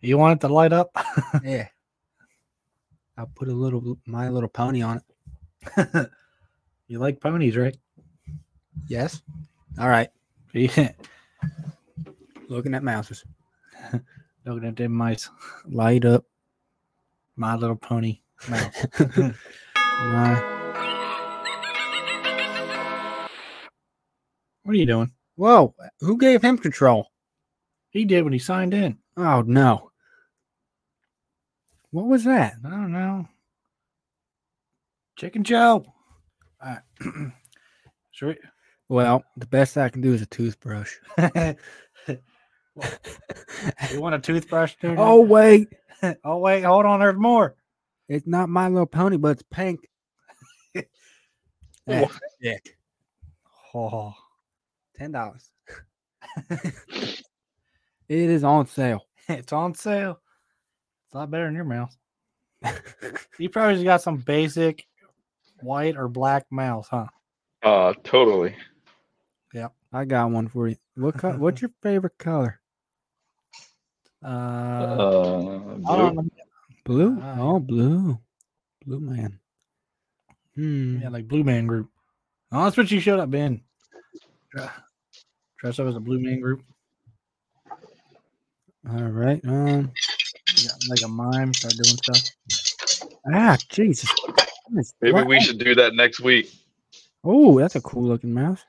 you want it to light up? yeah. I'll put a little My Little Pony on it. you like ponies, right? Yes. All right. Yeah. Looking at mouses. Looking at them mice. Light up. My Little Pony mouse. My... what are you doing? Whoa! Who gave him control? He did when he signed in. Oh no. What was that? I don't know. Chicken Joe. All right. Should we? Well, the best I can do is a toothbrush. You want a toothbrush, dude? oh wait, oh wait, hold on, there's more. it's not My Little Pony, but it's pink. That's sick. Oh, Ten dollars. it is on sale. it's on sale. It's a lot better than your mouse. you probably just got some basic white or black mouse, huh? Uh, totally. I got one for you. What co- What's your favorite color? Uh, Uh, hold on, blue. let me- Blue. Ah. Oh, blue. Blue man. Hmm. yeah, like Blue Man Group. Oh, that's what you showed up in. Dre- Dress up as a Blue Man Group, All right. Um. You got like a mime, start doing stuff. Ah, Jesus. Maybe we should do that next week. Oh, that's a cool looking mouse.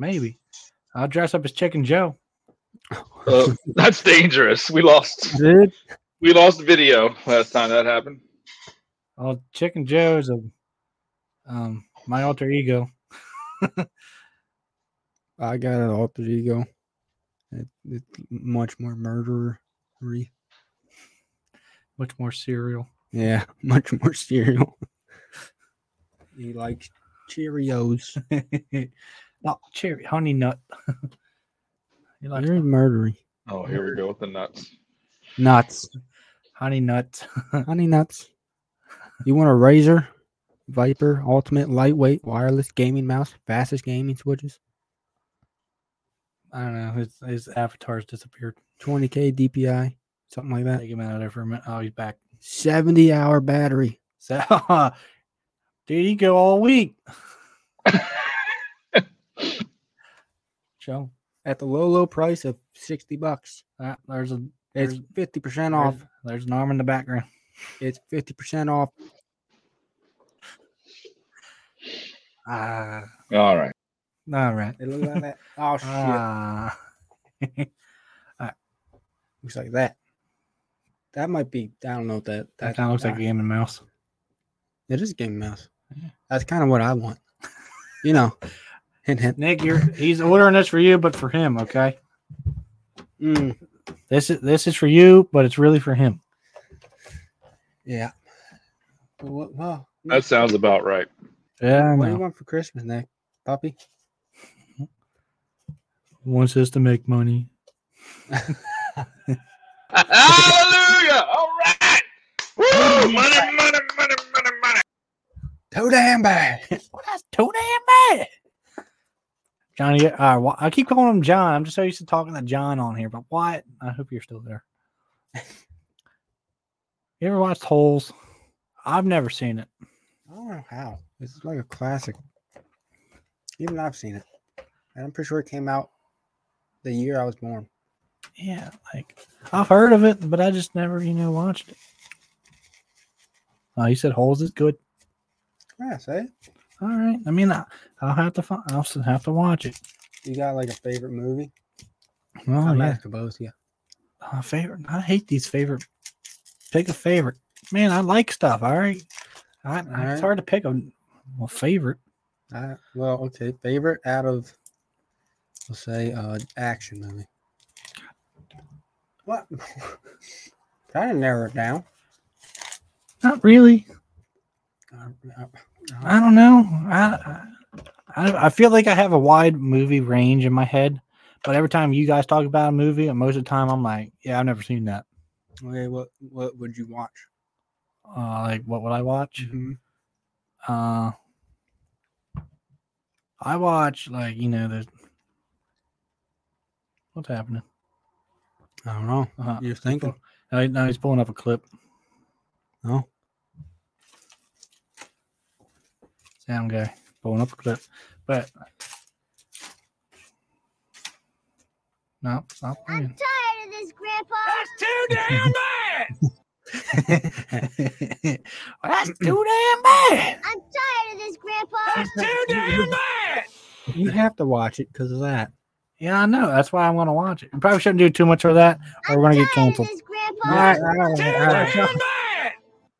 Maybe I'll dress up as Chicken Joe. Uh, that's dangerous. We lost. Dude. We lost video last time that happened. Well, Chicken Joe is a um my alter ego. I got an alter ego. It, it's much more murdery. Much more cereal. Yeah, much more cereal. he likes Cheerios. Not Oh, cherry honey nut. you like Very murdery. Oh, here we go with the nuts. Nuts. honey nut? Honey nuts. You want a Razor, Viper, Ultimate, Lightweight, Wireless, Gaming Mouse, Fastest Gaming Switches, I don't know. His his avatar's disappeared. 20K DPI, something like that. Take him out of there for a minute. Oh, he's back. 70 hour battery. So, dude, you go all week. So at the low, low price of 60 bucks, Ah, there's a it's There's- 50% there's, off. there's an arm in the background. It's 50% off. Ah, All right. All right. it looks like that. Oh, shit. Ah. looks like that. That might be, I don't know what that, that kind of looks like a game and mouse. It is Game Mouse. That's kind of what I want. You know, hint, hint. Nick, you're he's ordering this for you, but for him, okay? Mm, This is this is for you, but it's really for him. yeah. But what, well, That sounds about right. Yeah, I what do you know. want for Christmas, Nick? Puppy? Wants us to make money. Hallelujah! All right. Woo! Money, money, money, money, money. Toe damn bad. Well, that's too damn bad. Johnny, uh, wh- I keep calling him John. I'm just so used to talking to John on here, but what? I hope you're still there. you ever watched Holes? I've never seen it. I don't know how. It's like a classic. Even I've seen it. And I'm pretty sure it came out the year I was born. Yeah, like I've heard of it, but I just never, you know, watched it. Oh, you said Holes is good. Yeah, say All right. I mean, I, I'll have to find. I'll still have to watch it. you got like a favorite movie? Well, I'm Oh, yeah. not supposed to. Uh, favorite. I hate these favorite. Pick a favorite. Man, I like stuff. All right. I, I- right. It's hard to pick a, a favorite. I, well, okay, favorite out of we'll say uh action movie. What? Try to narrow it down. Not really. Uh, uh, I don't know. I, I I feel like I have a wide movie range in my head, but every time you guys talk about a movie, and most of the time I'm like, yeah, I've never seen that. Okay, what what would you watch? Uh, like, what would I watch? Mhm. Uh, I watch like you know the. What's happening? I don't know. Uh, You're thinking? no, he- no, he's pulling up a clip. No. Sound guy pulling up a clip, but no, stop I'm playing. tired of this, Grandpa. Well, that's too damn bad. I'm tired of this, Grandpa. You have to watch it because of that. Yeah, I know. That's why I'm gonna watch it. We probably shouldn't do too much of that, or we're gonna get tired of canceled. this, Oh, All Grandpa. right, all right, all right, shut,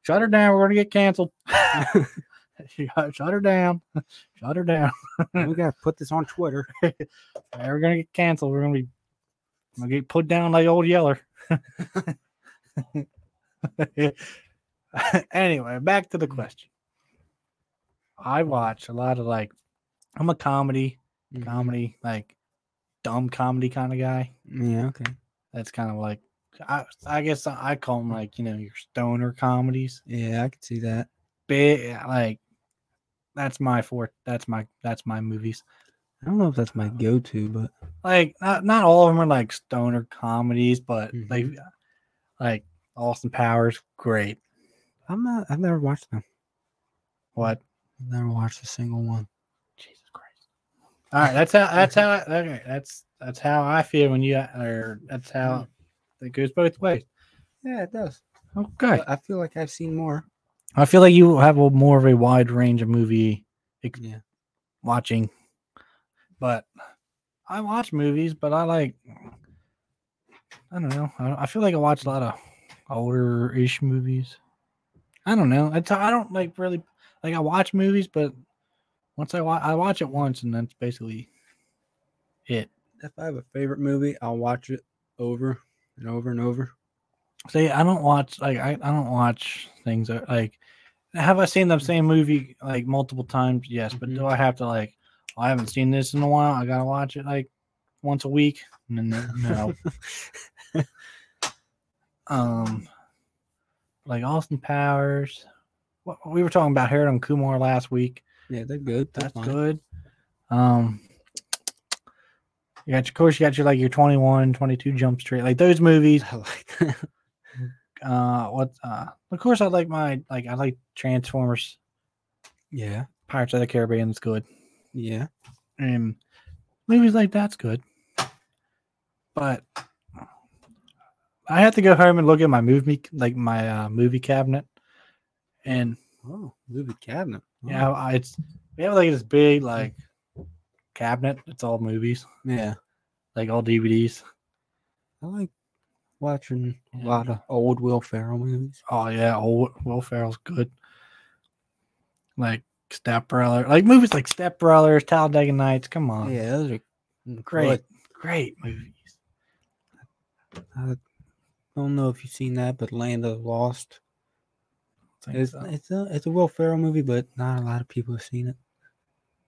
shut her down. We're gonna get canceled. shut shut her down. Shut her down. we gotta put this on Twitter. All right, we're gonna get canceled. We're gonna be we're gonna get put down like old Yeller. anyway, back to the question. I watch a lot of like I'm a comedy, comedy, like dumb comedy kind of guy. Yeah. Okay. That's kind of like I, I guess I call them like you know your stoner comedies. Yeah, I could see that. Big eh, like that's my fourth. That's my that's my movies. I don't know if that's my go-to, but like not not all of them are like stoner comedies, but Mhm. like like Austin Powers, great. I'm not. I've never watched them. What? I've never watched a single one. Jesus Christ! All right, that's how that's how I- okay, that's that's how I feel when you or that's how it goes both ways. Yeah, it does. Okay, I feel like I've seen more. I feel like you have a more of a wide range of movie ex- Yeah. watching, but I watch movies, but I like I don't know. I, I feel like I watch a lot of older ish movies. I don't know. I t- I don't like really like I watch movies, but once I watch I watch it once and that's basically it. If I have a favorite movie, I'll watch it over and over and over. See, I don't watch like I, I don't watch things that, like have I seen the same movie like multiple times? Yes, but do I have to like "Oh, I haven't seen this in a while. I gotta watch it like once a week. No, no, no. um, like Austin Powers. What, we were talking about Harold and Kumar last week. Yeah, they're good. They're That's fine. good. Um, you got your, of course you got your like your 21, 22 Jump Street, like those movies. I like that. uh what uh of course I like my like I like Transformers Yeah. Pirates of the Caribbean is good. Yeah. And movies like that's good. But I had to go home and look at my movie like my uh, movie cabinet and Oh, movie cabinet. Oh, Yeah, I, it's we have like this big like cabinet. It's all movies, Yeah. like all DVDs. I like watching a Yeah. lot of old Will Ferrell movies. Oh yeah, old Will Ferrell's good. Like Step Brother, like movies like Step Brothers, Talladega Nights. Come on, Yeah, those are mm, great, good. great Mm. movies. I don't know if you've seen that, but Land of the Lost. I think It's so. it's a it's a Will Ferrell movie, but not a lot of people have seen it.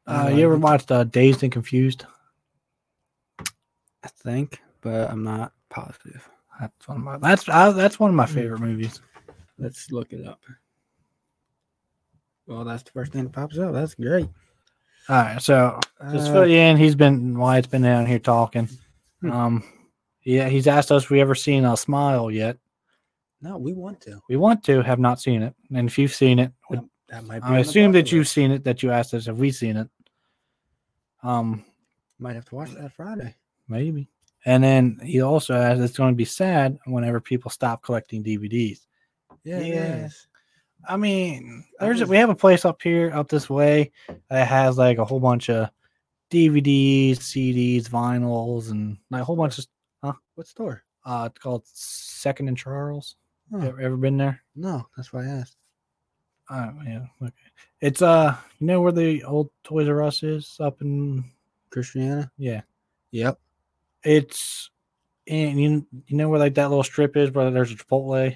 Uh, I you ever like it, watched uh, Dazed and Confused? I think, but I'm not positive. That's one of my that's I, that's one of Mm. my favorite movies. Let's look it up. Well, that's the first thing that pops up. That's great. All right, so Just Uh, fill you in. He's been Wyatt's been down here talking. Hmm. Um, yeah, he's asked us if we ever seen a smile yet. no, we want to. We want to, have not seen it, and if you've seen it, would- That might. Be on I the assume bucket that you've list. seen it. That you asked us if we seen it. Um, might have to watch that Friday. maybe. And then he also asked, "It's going to be sad whenever people stop collecting DVDs." Yeah. Yeah. Yes. I mean, I there's a- was- we have a place up here, up this way, that has like a whole bunch of DVDs, CDs, vinyls, and like a whole bunch of What store? Uh, it's called Second and Charles. Huh. Ever, ever been there? No, that's why I asked. Oh yeah. Okay. It's uh, you know where the old Toys R Us is up in Christiana. yeah. Yep. It's and you you know where like that little strip is where there's a Chipotle.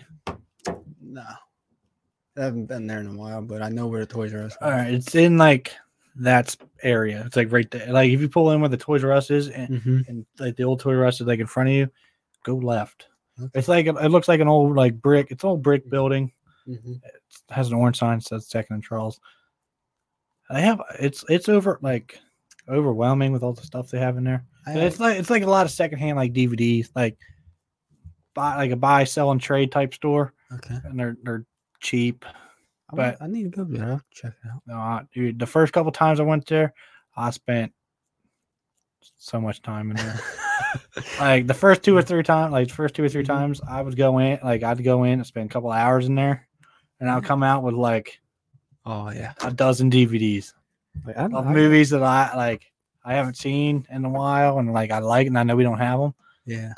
No. I haven't been there in a while, but I know where the Toys R Us. is. All right. It's in like that s- area. It's like right there. Like if you pull in where the Toys R Us is and, Mhm. and like the old Toys R Us is like in front of you, go left. Okay. It's like it looks like an old like brick. It's an old brick building. Mhm. It has an orange sign says second and charles they have it's it's over like overwhelming with all the stuff they have in there I And it's like it's like a lot of secondhand like dvds like buy like a buy sell and trade type store Okay. and they're they're cheap I But- want- I need to go there. I'll check it out. No, I- dude, the first couple times i went there i spent so much time in there like the first Mm. two or three times like the first two or 3 Mhm. times i would go in like i'd go in and spend a couple hours in there and Mm-hmm. i'll come out with like oh yeah. a dozen dvds Like, I, of I- movies that I like I haven't seen in a while and like I like and I know we don't have them. Yeah.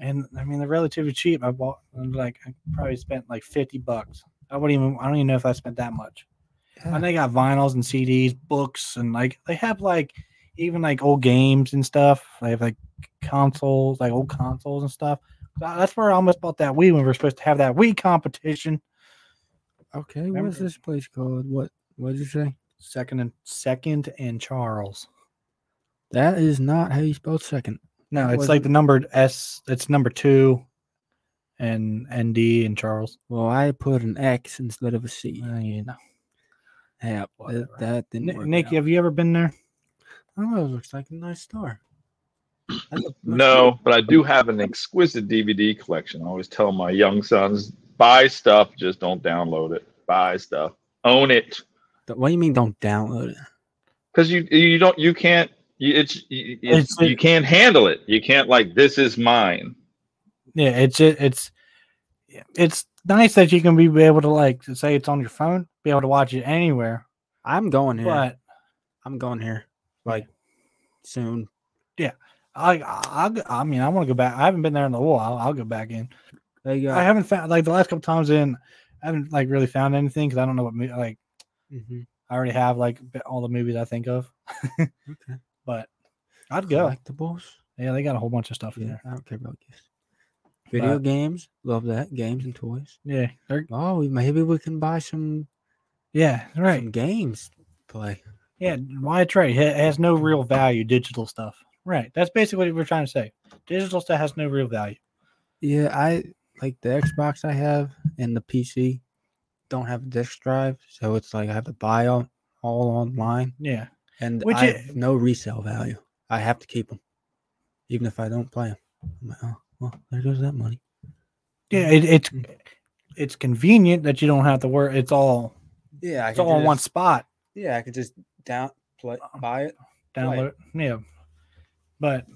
And I mean they're relatively cheap. I bought I'm like I probably spent like 50 bucks. I wouldn't even I don't even know if I spent that much. yeah. And they got vinyls and CDs, books and like they have like even like old games and stuff. They have like consoles, like old consoles and stuff. So that's where I almost bought that Wii when we were supposed to have that Wii competition. Okay. Remember- What's this place called? What? What did you say? Second and second and Charles. That is not how you spell second. No, That it's like wasn't- the numbered S. It's number two, and ND and Charles. Well, I put an X instead of a C. Uh, you know. Yeah, whatever. that, that didn't Nick, work. Nick, out. have you ever been there? Oh, it looks like a nice store. That's a- No, but I do have an exquisite DVD collection. I always tell my young sons, buy stuff, just don't download it. Buy stuff, own it, Th- What do you mean? Don't download it? because you you don't you can't you, it's, you- it's It's- you can't handle it. You can't like this is mine. Yeah, it's it, it's it's nice that you can be able to like to say it's on your phone, be able to watch it anywhere. I'm going here. But I'm going here. Like soon. I, I I mean I want to go back. I haven't been there in a while. I'll, I'll go back in. There you go. I haven't found like the last couple times in. I haven't like really found anything because I don't know what mo- like Mhm. I already have like all the movies I think of. Okay. But I'd go. Collectibles. Yeah, they got a whole bunch of stuff in Yeah, there. I don't care about gifts. Video But- games. Love that. Games and toys. Yeah, they're Oh, we- maybe we can buy some, yeah, right. some games to play. Yeah, why trade? It has no real value. Digital stuff. Right. That's basically what we're trying to say. Digital stuff has no real value. Yeah, I like the Xbox I have and the PC don't have a disk drive, so it's like I have to buy all, all online, Yeah. and Which I it- have no resale value. I have to keep them, even if I don't play them. I'm like, oh, well, there goes that money. Yeah, it, it's it's convenient that you don't have to worry. It's all Yeah, I it's can all in just- one Uh-uh. spot. Yeah, I could just down play, buy it. Download, yeah. But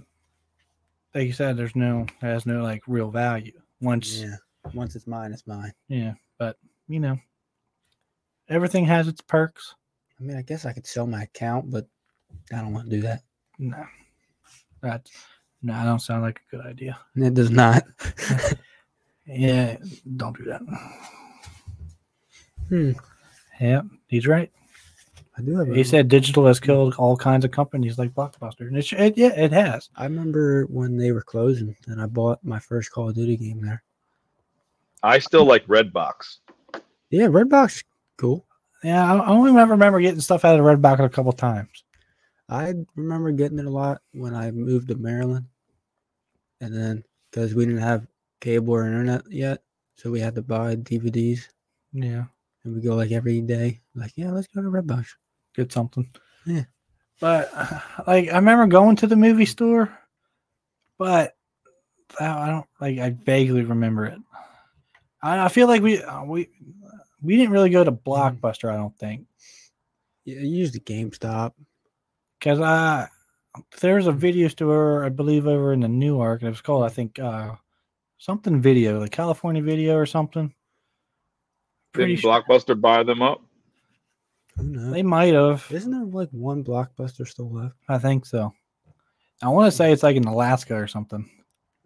like you said, there's no it has no like real value once. Yeah, once it's mine, it's mine. yeah but you know, everything has its perks. I mean, I guess I could sell my account, but I don't want to do that. No, that's no, that don't sound like a good idea. And it does not. Yeah, don't do that. Hmm. Yeah, he's right. I do have. a- He said digital has killed all kinds of companies like Blockbuster, and it, sh- it yeah, it has. I remember when they were closing, and I bought my first Call of Duty game there. I still like Redbox. Yeah, Redbox, cool. Yeah, I I only remember getting stuff out of Redbox a couple times. I remember getting it a lot when I moved to Maryland, and then because we didn't have cable or internet yet, so we had to buy DVDs, Yeah, and we go like every day. Like, yeah, let's go to Redbox. get something. Yeah. but like I remember going to the movie store, but I I don't like I vaguely remember it. I, I feel like we uh, we we didn't really go to Blockbuster. I don't think. Yeah, use the GameStop. because I there's a video store I believe over in the Newark, and it was called I think uh, something video, like California Video or something. Pretty Didn't sure Blockbuster buy them up? Who knows? they might have. Isn't there like one blockbuster still left? I think so. I want to say it's like in Alaska or something.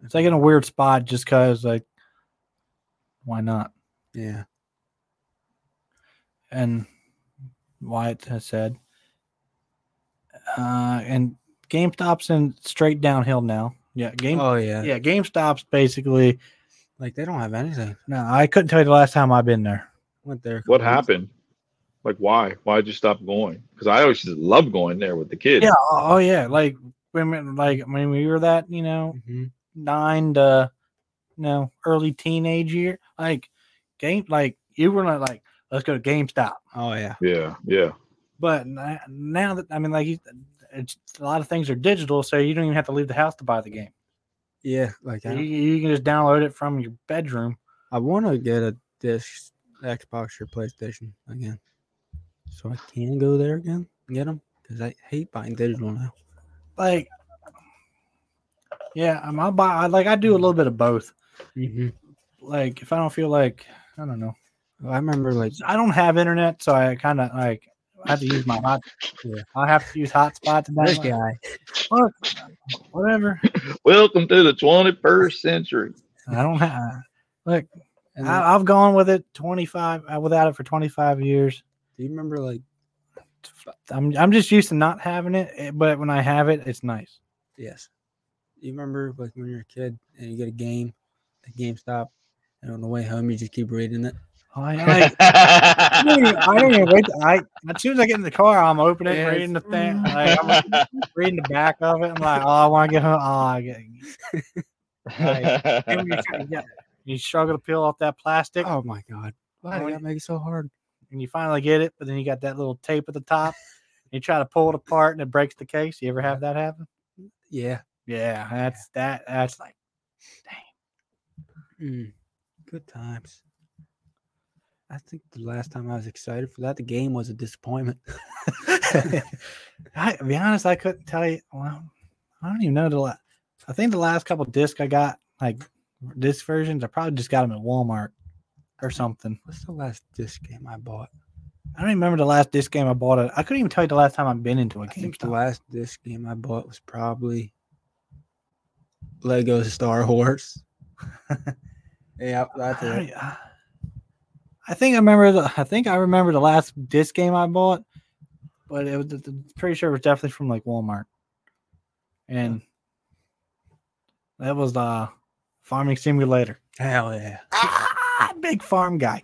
It's like in a weird spot, just cause like why not? Yeah. And Wyatt has said, uh, and GameStop's in straight downhill now. Yeah, game. oh yeah. yeah, GameStop's basically Like they don't have anything. No, I couldn't tell you the last time I've been there. Went there. a What couple weeks- happened? Like, why? Why'd you stop going? Because I always just love going there with the kids. Yeah. Oh, oh, yeah. Like women, like when we were that, you know, Mhm. nine to, you know, early teenage year, like game, like you were not like, let's go to GameStop. Oh yeah. Yeah. Yeah. But n- now that I mean, like, you- it's a lot of things are digital, so you don't even have to leave the house to buy the game. Yeah. Like I, You, don't- you can just download it from your bedroom. I want to get a disc, Xbox or PlayStation again, so I can go there again and get them because I hate buying digital now. Like, yeah, I'm I'll buy. I, like, I do a little bit of both. Mm-hmm. Like, if I don't feel like, I don't know. I remember like I don't have internet, so I kind of like I have to use my hot. Yeah. I have to use hotspot to this download. guy. Look, whatever. Welcome to the 21st century. I don't have. Look, And then- I, I've gone with it twenty five uh, without it for twenty five years. do you remember like I'm I'm just used to not having it, eh, but when I have it, it's nice. yes? You remember like when you're a kid and you get a game at GameStop, and on the way home you just keep reading it. I, like, I don't even, I don't even wait. to- I as soon as I get in the car, I'm opening, it, Yes. reading the thing, like, I'm reading the back of it. I'm like, oh, I want to get home. Oh, I get. and when you try to get- You struggle to peel off that plastic. Oh my god! Why did that make it so hard? and you finally get it, but then you got that little tape at the top. and you try to pull it apart and it breaks the case. You ever have that happen? Yeah. Yeah, that's that. That's like, Mm, good times. I think the last time I was excited for that, the game was a disappointment. I to be honest, I couldn't tell you. Well, I don't even know the last. I think the last couple discs I got, like disc versions, I probably just got them at Walmart or something. What's the last disc game I bought? I don't even remember the last disc game I bought. It. I couldn't even tell you the last time I've been into a I think the GameStop. last disc game I bought was probably Lego Star Wars. yeah, that's I, it. don't- I- I think I remember. The, I think I remember the last disc game I bought, but it was th- th- pretty sure it was definitely from like Walmart, and that was the farming simulator. Hell yeah. Ah, big farm guy.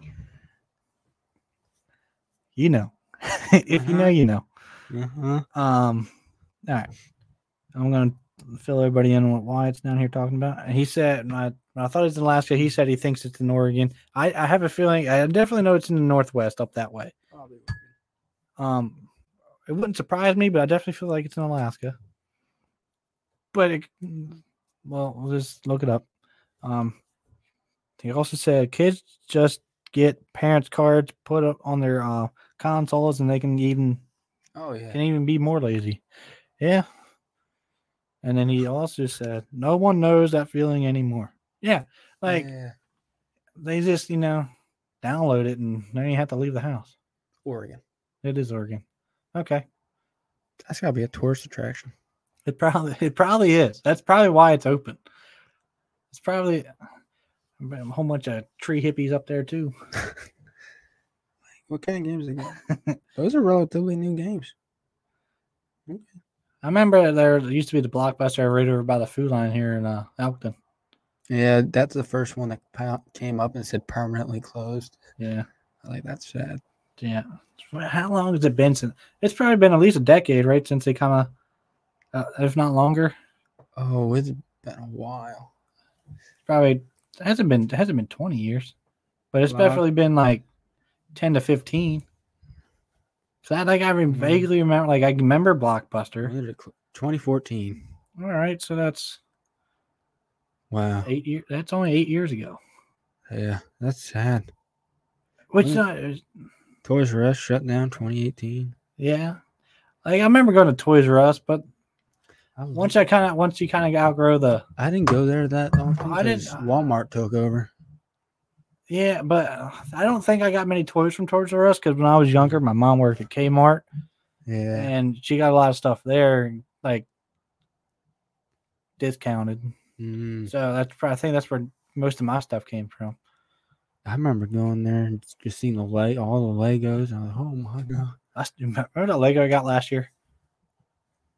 You know, if you know, Uh-huh. you know. Uh-huh. Um, all right. I'm gonna fill everybody in on what Wyatt's down here talking about. He said, and I, when I thought it was in Alaska. He said he thinks it's in Oregon. I, I have a feeling. I definitely know it's in the Northwest up that way. Um, it wouldn't surprise me, but I definitely feel like it's in Alaska. But it, well, we'll just look it up. Um, He also said kids just get parents' cards put up on their uh, consoles, and they can even Oh yeah. can even be more lazy. Yeah. And then he also said, "No one knows that feeling anymore." Yeah, like Oh, yeah. they just you know download it, and now you have to leave the house. Oregon. It is Oregon. Okay, That's gotta be a tourist attraction. it probably it probably is. That's probably why it's open. It's probably a whole bunch of tree hippies up there too. What kind of games they got? Those are relatively new games. I remember there used to be the blockbuster right over by the food line here in uh, Elkton. Yeah, that's the first one that pa- came up and said permanently closed. Yeah, I like that's sad. yeah. How long has it been since? It's probably been at least a decade, right? Since they kind of, uh, if not longer, Oh, it's been a while. probably it hasn't been it hasn't been twenty years, but it's Wow. definitely been like ten to fifteen. So I like I re- Mm. vaguely remember, like I remember Blockbuster. When did it cl- 2014. All right, so that's Wow. eight years. That's only eight years ago. Yeah, that's sad. Which uh, Mm. not, is- Toys R Us shut down 2018. yeah, like I remember going to Toys R Us, but I, was- once I kind of once you kind of outgrow the I didn't go there that long. I I didn't- didn't. Walmart took over. Yeah, but uh, I don't think I got many toys from Toys R Us because when I was younger, my mom worked at Kmart Yeah. and she got a lot of stuff there, and, like discounted. Mm, So that's probably, I think that's where most of my stuff came from. I remember going there and just seeing the leg, all the Legos. And I was like, oh my god. I s- remember that Lego I got last year.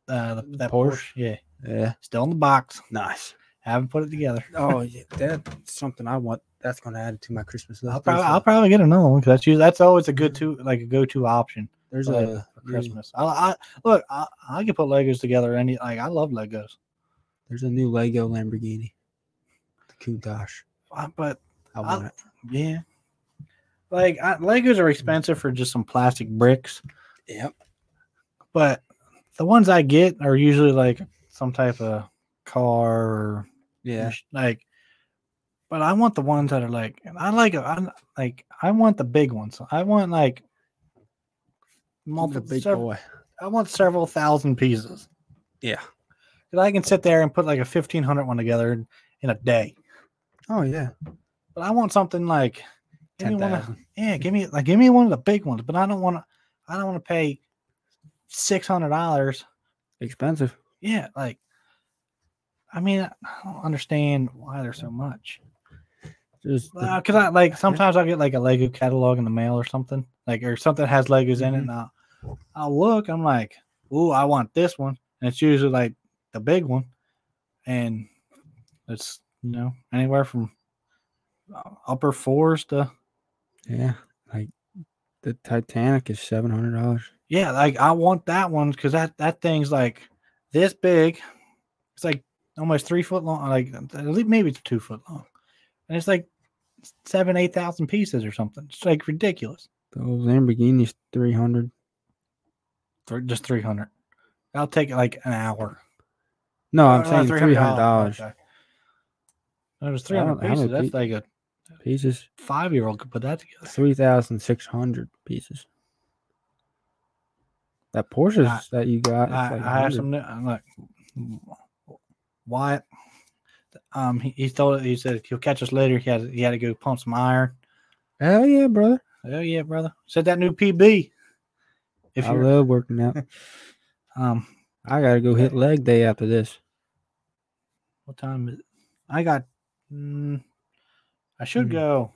Uh, the, that Porsche. Porsche? yeah, Yeah. still in the box. Nice. Haven't put it together. Oh, yeah, that's something I want. That's going to add to my Christmas list. I'll probably, There's a- I'll probably get another one because that's usually, that's always a good to like a go to option There's Like, a for new- Christmas. I, I look, I, I can put Legos together. Any like I love Legos, There's a new Lego Lamborghini. The Countach. Uh, but I want it. Yeah. Like I, Legos are expensive for just some plastic bricks, Yep. but the ones I get are usually like some type of car or Yeah. mach- like. But I want the ones that are like I like I like I want the big ones. I want like The multiple. big Several, boy. I want several thousand pieces Yeah. because I can sit there and put like a fifteen hundred one together in, in a day. Oh yeah. But I want something like give Ten me one of- thousand. Yeah, give me like give me one of the big ones, but I don't want to. I don't want to pay six hundred dollars. Expensive. Yeah, like I mean, I don't understand why there's so much. Just the- Because I like sometimes I'll get like a Lego catalog in the mail or something, like or something that has Legos in it, Mhm. and I'll, I'll look. I'm like, ooh, I want this one, and it's usually like the big one, and it's you know anywhere from uh, upper fours to yeah. Like the Titanic is seven hundred dollars. Yeah, like I want that one because that that thing's like this big. It's like almost three foot long, uh, like at least maybe it's two foot long, and it's like seven eight thousand pieces or something. It's like ridiculous. The old Lamborghini's three hundred. Thr- just three hundred. I'll take like an hour. Oh, No, I'm Or, uh, saying three hundred dollars Okay. No, There's I three don't- hundred how many pieces. That's pie- like a pieces. five year old could put that together. Three thousand six hundred pieces. That Porsche I- that you got. I, it's like I have 100. some. new- I'm like, Wyatt. Um, he, he told he said he'll catch us later. He had he had to go pump some iron. Hell yeah, brother! Oh yeah, brother. Said that new PB. If I you're love working out. um, I gotta go hit leg day after this. what time is? It? I got. Mm, I should Mm. go.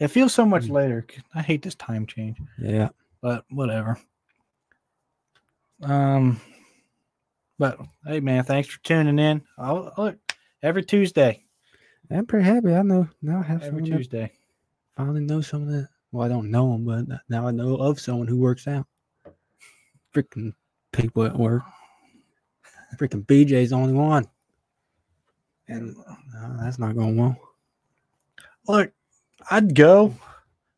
It feels so much Mm. later. 'cause I hate this time change, Yeah. but whatever. Um, but hey, man, thanks for tuning in. I'll, look every Tuesday. I'm pretty happy. I know now I have Every someone that Tuesday. finally know someone that. Well, I don't know him, but now I know of someone who works out. Freaking people at work. Freaking BJ's the only one, and no, that's not going well. Look, I'd go.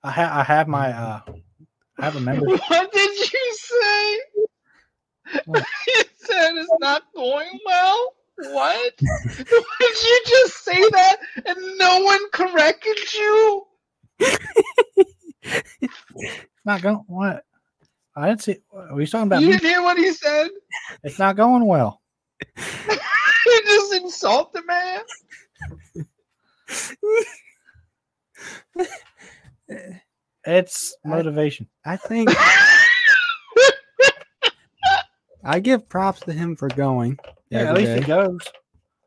I ha- I have my uh, I have a member. What did you say? What? you said it's not going well. What? Did you just say that and no one corrected you? Not going what? I didn't see. Are we talking about? you me? didn't hear what he said? It's not going well. you just insult the man? It's I- motivation. I think I give props to him for going. Yeah, at every least day. it goes.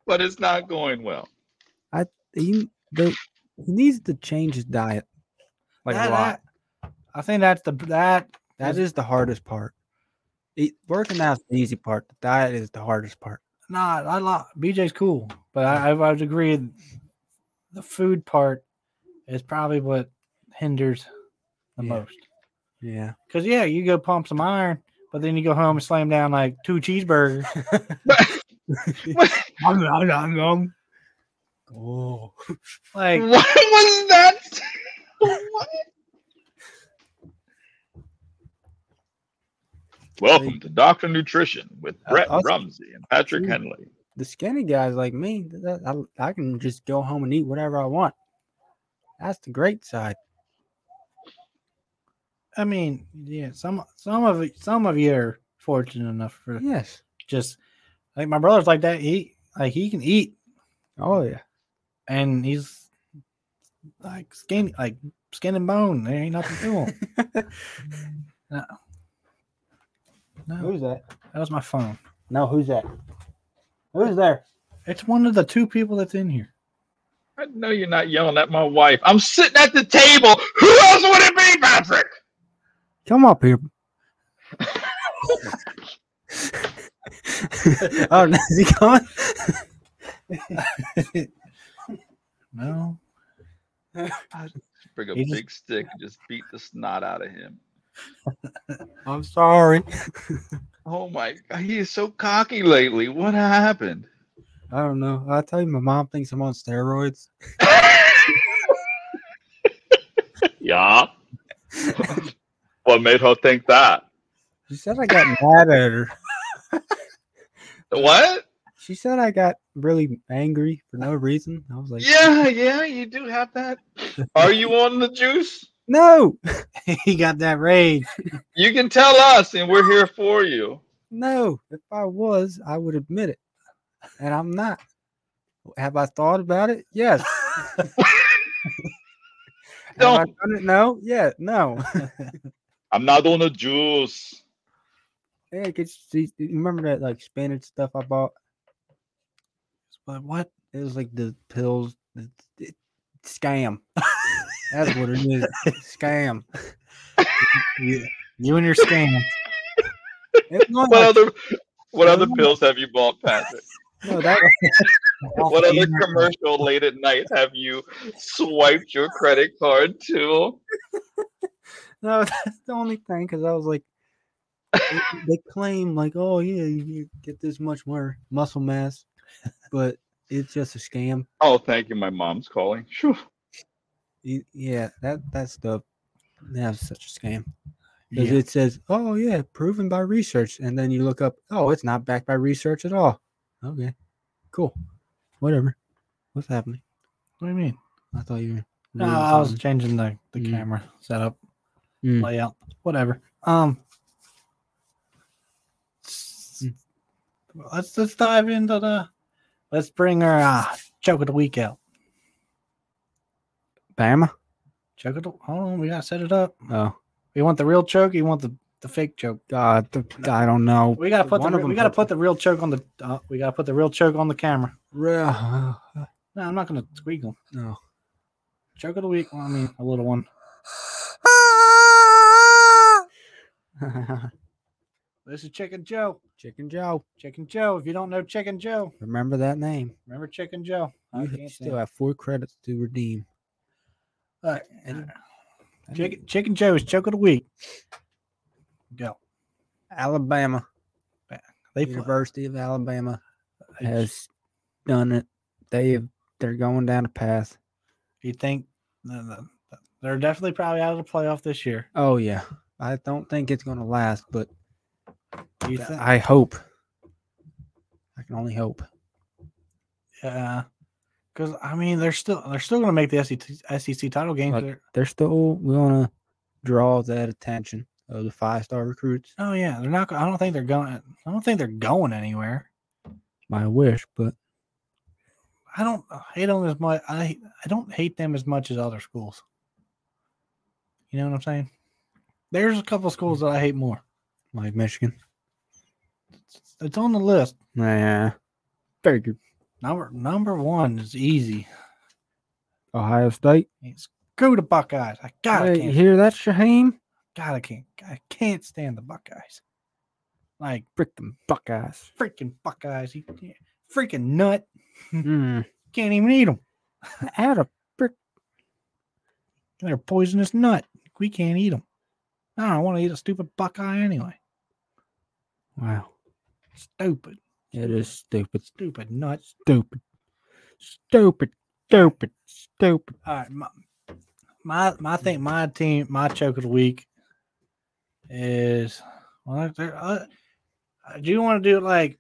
But it's not going well. he, the, he needs to change his diet like That- a lot. that- I think that's the that That is- is the hardest part. Eat, working out's the easy part. The diet is the hardest part. Nah, I like BJ's cool, but I I would agree the food part is probably what hinders the Yeah. most. Yeah. Cause yeah, you go pump some iron, but then you go home and slam down like two cheeseburgers. Nom, nom, nom, nom. Oh. like what was that? What? Welcome to Doctor Nutrition with Uh, Brett Us- Rumsey and Patrick Ooh. Henley. The skinny guys like me, th- that- I, I can just go home and eat whatever I want. That's the great side. I mean, yeah, some some of some of you are fortunate enough for Yes. just like my brother's like that. He like he can eat Oh yeah. and he's like skin like skin and bone. There ain't nothing to him. no. No, Who's that? that was my phone. No, who's that? Who's there? It's one of the two people that's in here. I know you're not yelling at my wife. I'm sitting at the table. Who else would it be, Patrick? Come up here. oh, no, is he coming? No. Bring a He just- big stick and just beat the snot out of him. I'm sorry. Oh my god, he is so cocky lately. What happened? I don't know. I tell you, my mom thinks I'm on steroids. yeah. what made her think that? She said I got mad at her. What? She said I got really angry for no reason. I was like, Yeah, yeah, you do have that. Are you on the juice? no, he got that rage. You can tell us, and we're here for you. no. If I was, I would admit it. And I'm not. Have I thought about it? Yes. Have I Don't. done it? No. Yeah. No. I'm not on the juice. Yeah, it gets, you remember that like Spanish stuff I bought? But what? It was like the pills, the, the- scam. That's what it is. Scam. You, you and your scam. It was What other what other Mm. pills have you bought, Patrick? no, that What other commercial late at night have you swiped your credit card to? No, that's the only thing because I was like, they, they claim like, oh yeah, you, you get this much more muscle mass, but it's just a scam. Oh, thank you. My mom's calling. Phew. You- yeah, that that stuff, that's such a scam. Because Yeah. it says, oh yeah, proven by research, and then you look up, oh, it's not backed by research at all. Okay, cool, whatever. What's happening? What do you mean? I thought you. Were No, reading I was something. changing the, the Mm. camera setup, Mm. layout, whatever. Um, s- Mm. let's let's dive into the. Let's bring our uh, joke of the week out. Bama. Joke of the. Hold on, we gotta set it up. Oh We want the real joke. Or you want the the fake joke. God, the, I don't know. We gotta put One the of re- we them gotta has put the real joke on the. Uh, we gotta put the real joke on the camera. Real- No, I'm not gonna squeal. No. Joke of the week. Well, I mean, a little one. This is Chicken Joe. Chicken Joe. Chicken Joe. If you don't know Chicken Joe, Remember that name. remember Chicken Joe. I You ha- can't still still have four credits to redeem. All right. And- I think Chicken, Chicken Joe is joke of the week. Go. Alabama, They play. University of Alabama has done it. They have, they're going down a path. You think no, no, they're definitely probably out of the playoff this year? Oh yeah, I don't think it's going to last, but You think? I hope. I can only hope. because uh, I mean they're still they're still going to make the E SEC, SEC title game. Like- they're- They're still going to draw that attention of the five star recruits. oh yeah, they're not. go- I don't think they're going. I don't think they're going anywhere. My wish, but I don't hate them as much. I I don't hate them as much as other schools. You know what I'm saying? There's a couple schools that I hate more. like Michigan, It's on the list. nah. Very good. Number number one is easy. Ohio State. Screw the Buckeyes. I gotta Hey, you can't. hear that, Shaheem? God, I can't. I can't stand the Buckeyes. Like Brick them Buckeyes. freaking Buckeyes. You can't, freaking nut. Mm. Can't even eat them. Add a They're poisonous nut. We can't eat them. I don't want to eat a stupid Buckeye anyway. wow. Stupid, It is stupid. stupid nut. Stupid. Stupid. Stupid. Stupid. All right, my, my, my I think my team, my choke of the week is well. there- Uh, I do want to do it like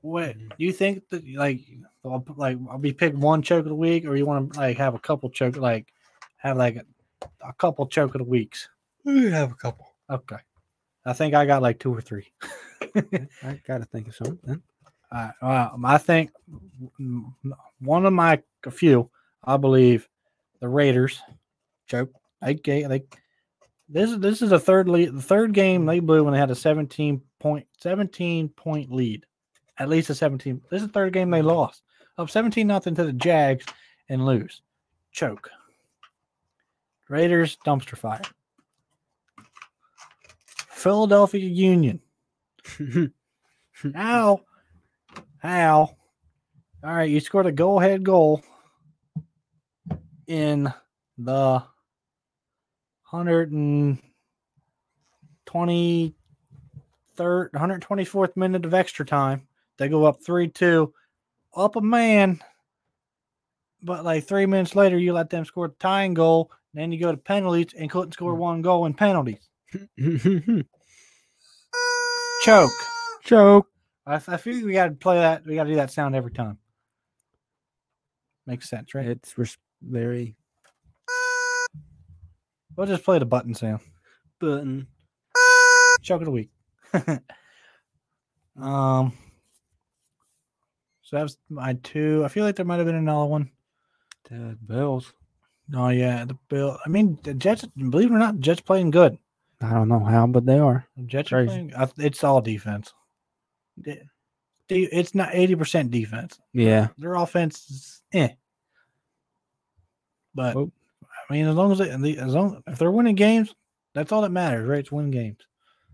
what Mm-hmm. do you think that like I'll, put, like I'll be pick one choke of the week, or you want to like have a couple choke like have like a, a couple choke of the weeks? We have a couple. Okay, I think I got like two or three. I gotta think of something. Uh, um, I think m- m- one of my a few, I believe, the Raiders choke. They ga- they this is this is the third lead, the third game they blew when they had a 17 point 17 point lead, at least a 17. This is the third game they lost up 17 nothing to the Jags and lose, choke. Raiders dumpster fire. Philadelphia Union how? How? All right, you scored a go ahead goal in the 123rd, 124th minute of extra time. They go up 3 2, up a man. But like three minutes later, you let them score the tying goal. Then you go to penalties and couldn't score one goal in penalties. Choke. Choke. I, f- I feel we got to play that. We got to do that sound every time. Makes sense, right? It's res- very We'll just play the button sound. button. Choke of the week. um. So that's my two. I feel like there might have been another one. Ted Bells. Oh yeah, the bill. I mean, the Jets. Believe it or not, the Jets playing good. I don't know how, but they are. The Jets are Crazy. playing. I, it's all defense. De- de- It's not eighty percent defense. Yeah. their offense is eh. But Oh. I mean, as long as they, and the- as long if they're winning games, that's all that matters, right? It's win games.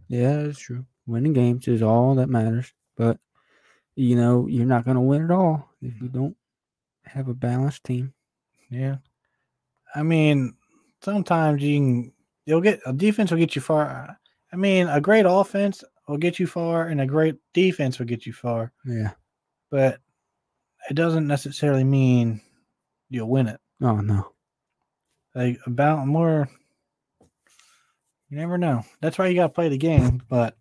Yeah, that's true. Winning games is all that matters. But you know, you're not gonna win at all if you don't have a balanced team. Yeah. I mean, sometimes you can you'll get a defense will get you far. I mean, a great offense will get you far, and a great defense will get you far. Yeah. But it doesn't necessarily mean you'll win it. Oh no. Like about more. You never know. That's why you got to play the game. But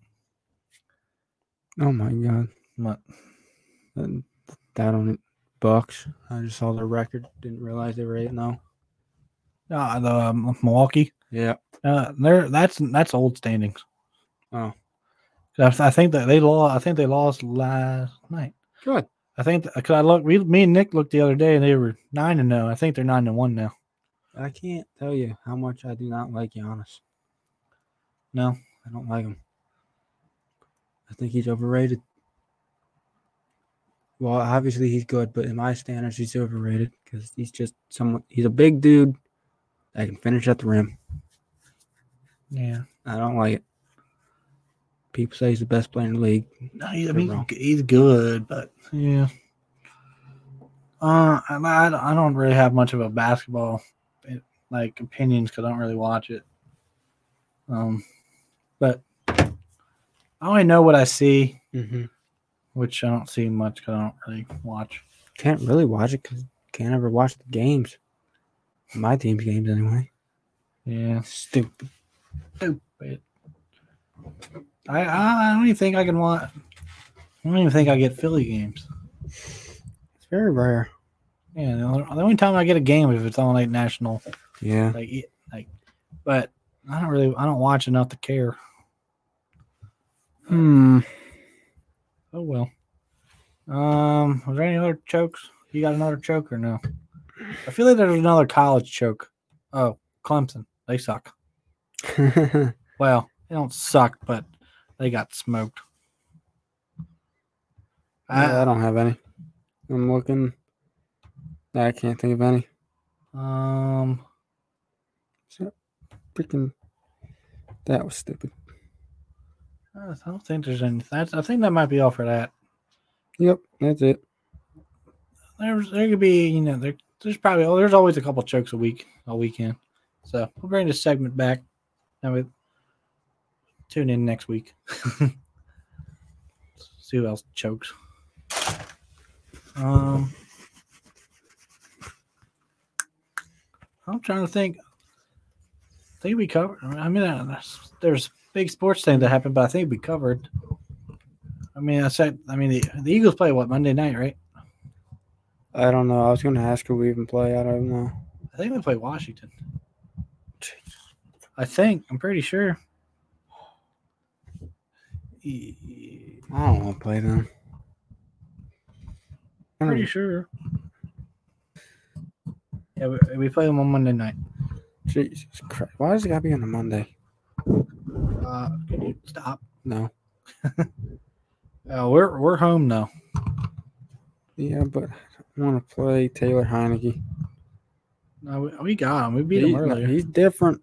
Oh my god. but Uh, That on it. Bucks. I just saw their record. Didn't realize they were eight now. Uh, the um, Milwaukee. Yeah. Uh, they're that's that's old standings. Oh. I, I think that they lost. I think they lost last night. Good. I think because I looked. We, me and Nick looked the other day, and they were nine and zero. I think they're nine and one now. I can't tell you how much I do not like Giannis. No, I don't like him. I think he's overrated. Well, obviously he's good, but in my standards, he's overrated because he's just someone. He's a big dude that can finish at the rim. yeah. I don't like it. People say he's the best player in the league. No, he, I They're mean wrong. he's good, but yeah. Uh, I, I don't- I don't really have much of a basketball eh, like opinions because I don't really watch it. Um, but I only know what I see. Mm-hmm. which I don't see much because I don't really watch. Can't really watch it because can't ever watch the games. My team's games anyway. Yeah, Stupid. stupid. I I I don't even think I can watch. I don't even think I get Philly games. It's very rare. Yeah, the only, the only time I get a game is if it's on like national, Yeah. like e- like. But I don't really, I don't watch enough to care. Hmm. Oh well. Um, was there any other chokes? You got another choke or no? I feel like there's another college choke. Oh, Clemson, they suck. Well, they don't suck, but they got smoked. I, I, I don't have any. I'm looking. I can't think of any. um, Freaking. That was stupid. I don't think there's any. That's, I think that might be all for that. Yep, that's it. There's there could be you know there, there's probably oh, there's always a couple chokes a week a weekend. So we'll bring this segment back, and we tune in next week. See who else chokes. Um, I'm trying to think. I think we covered. I mean, I there's, there's big sports thing that happened, but I think we covered. I mean, I said. I mean, the, the Eagles play what Monday night, right? I don't know. I was going to ask if we even play. I don't know. I think they play Washington. I think. I'm pretty sure. E- I don't want to play them. Oh, I Pretty don't- sure. Yeah, we, we play them on Monday night. Jesus Christ. Why does it got to be on a Monday? Uh, can you stop? No. Uh, we're we're home now. Yeah, but I want to play Taylor Heineke. No, we, we got him. We beat He- him no, earlier. he's different.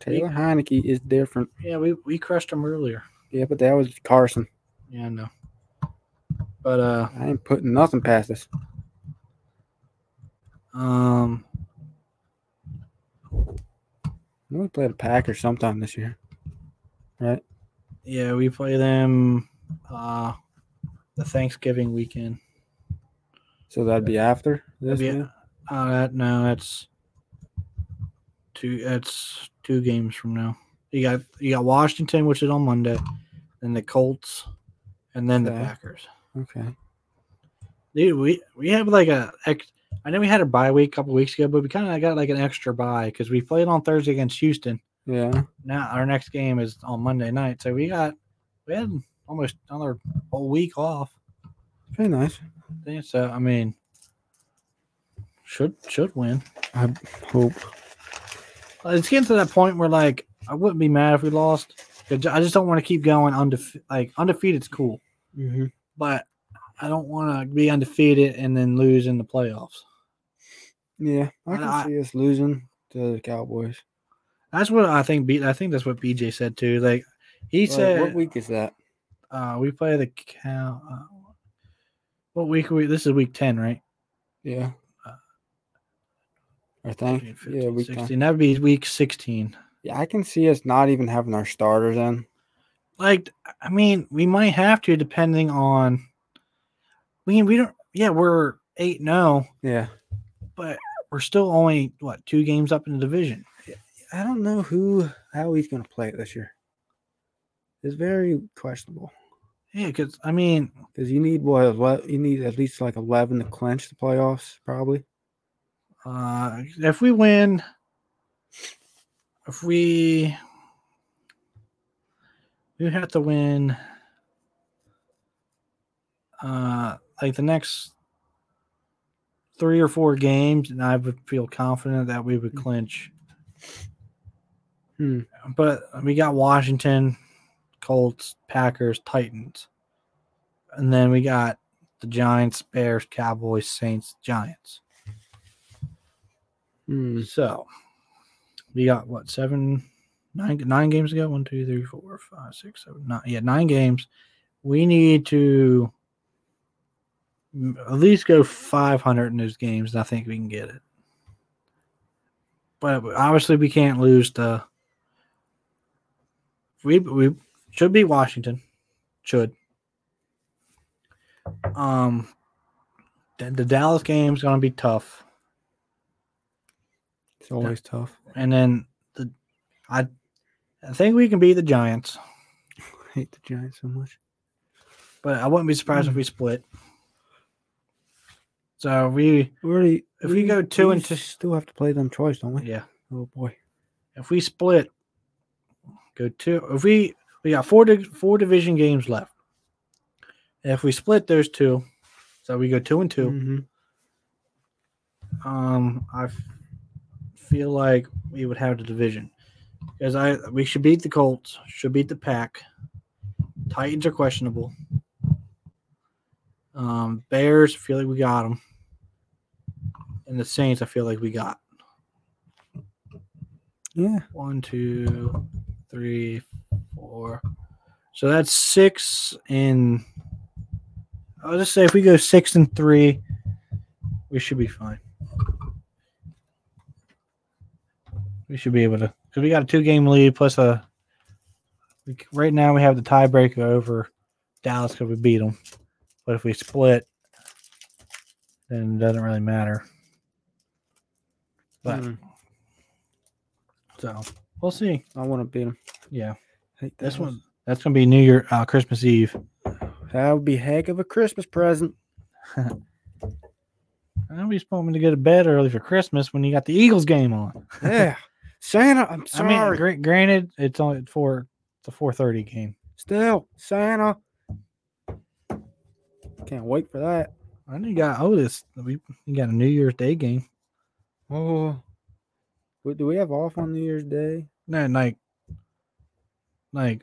Taylor Heineke is different. yeah, we we crushed him earlier. Yeah, but that was Carson. Yeah, I know. But uh, I ain't putting nothing past this. um, We play the Packers sometime this year. yeah, we play them uh the Thanksgiving weekend. So that'd be after this. That'd be- game? Uh, that, no, that's two. That's two games from now. You got you got Washington, which is on Monday, then the Colts, and then the Okay. Packers. Okay. Dude, we we have like a ex- I know we had a bye week a couple weeks ago, but we kind of got like an extra bye because we played on Thursday against Houston. Yeah. Now our next game is on Monday night, so we got we had almost another whole week off. Very nice. Then, So I mean, should should win. Hope. Well, It's getting to that point where like I wouldn't be mad if we lost. I ju- I just don't want to keep going undefe- like undefeated's cool, Mm-hmm. but I don't want to be undefeated and then lose in the playoffs. Yeah. I I- can I- see us losing to the Cowboys. That's what I think. B- I think that's what BJ said too. Like he Like, said, what week is that? uh, we play the cow. Uh, what week are we? This is week ten, right? Yeah. Uh, I think. 14, yeah, 15, week 10. 16. That would be week sixteen. Yeah, I can see us not even having our starters in. Like I mean, we might have to depending on. I mean, we don't. Yeah, we're eight oh, no. Yeah. but we're still only what two games up in the division. I don't know who how he's gonna play it this year. It's very questionable. Yeah, because I mean, Because you need what ele- you need at least like eleven to clinch the playoffs, probably. uh, if we win, if we we have to win, uh, like the next three or four games, and I would feel confident that we would clinch. Hmm. But we got Washington, Colts, Packers, Titans. And then we got the Giants, Bears, Cowboys, Saints, Giants. Hmm. So we got what seven, nine, nine games ago. One, two, three, four, five, six, seven, nine. Yeah, nine games. We need to m- at least go 500 in those games, and I think we can get it. But obviously, we can't lose to. We we should be Washington, should. Um, the, the Dallas game's going to be tough. It's always tough. And then the I I think we can beat the Giants, I hate the Giants so much. but I wouldn't be surprised if we split. So we We already, If we go two and two- still have to play them twice, don't we? yeah. Oh boy. If we split, go two. If we we got four di- four division games left. If we split those two, so we go two and 2 Mhm. Um, I f- feel like we would have the division because I we should beat the Colts, should beat the Pack. Titans are questionable. Um, Bears, feel like we got them, and the Saints, I feel like we got Yeah. one, two, three, four. So that's six and. I'll just say if we go six and three, we should be fine. We should be able to because we got a two game lead plus a. We, c- right now we have the tiebreaker over Dallas because we beat them, but if we split, then it doesn't really matter. But Mm. so we'll see. I want to beat them. Yeah, this one that's gonna be New Year, uh, Christmas Eve. That would be heck of a Christmas present. Nobody's wanting to go to bed early for Christmas when you got the Eagles game on. Yeah. Santa, I'm sorry. I mean, gra- granted, it's only at four. It's a four thirty game. Still, Santa. Can't wait for that. I know you got Otis. We you got a New Year's Day game. Oh. Wait, Do we have off on New Year's Day? No, like, like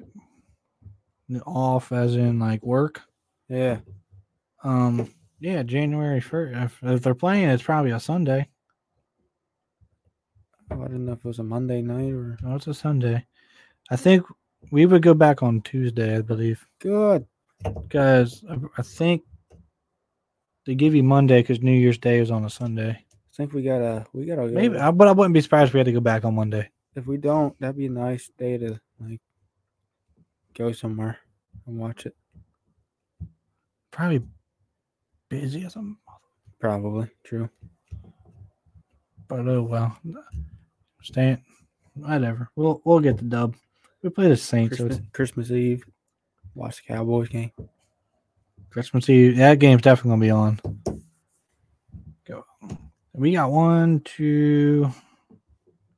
n- off as in like work. Yeah. Um, yeah, January first. If, if they're playing, it's probably a Sunday. Oh, I didn't know if it was a Monday night or. No, Oh, it's a Sunday. I think we would go back on Tuesday, I believe. Good. Guys, I- I think they give you Monday because New Year's Day is on a Sunday. I think we gotta. We gotta. Go. Maybe, I, but I wouldn't be surprised if we had to go back on Monday. if we don't, that'd be a nice day to like go somewhere and watch it. Probably busy or something. Probably true. But oh well. Stan, whatever. We'll we'll get the dub. We play the Saints, so Christmas, it's Christmas Eve, watch the Cowboys game. Christmas Eve. That game's definitely gonna be on. Go. We got one, two.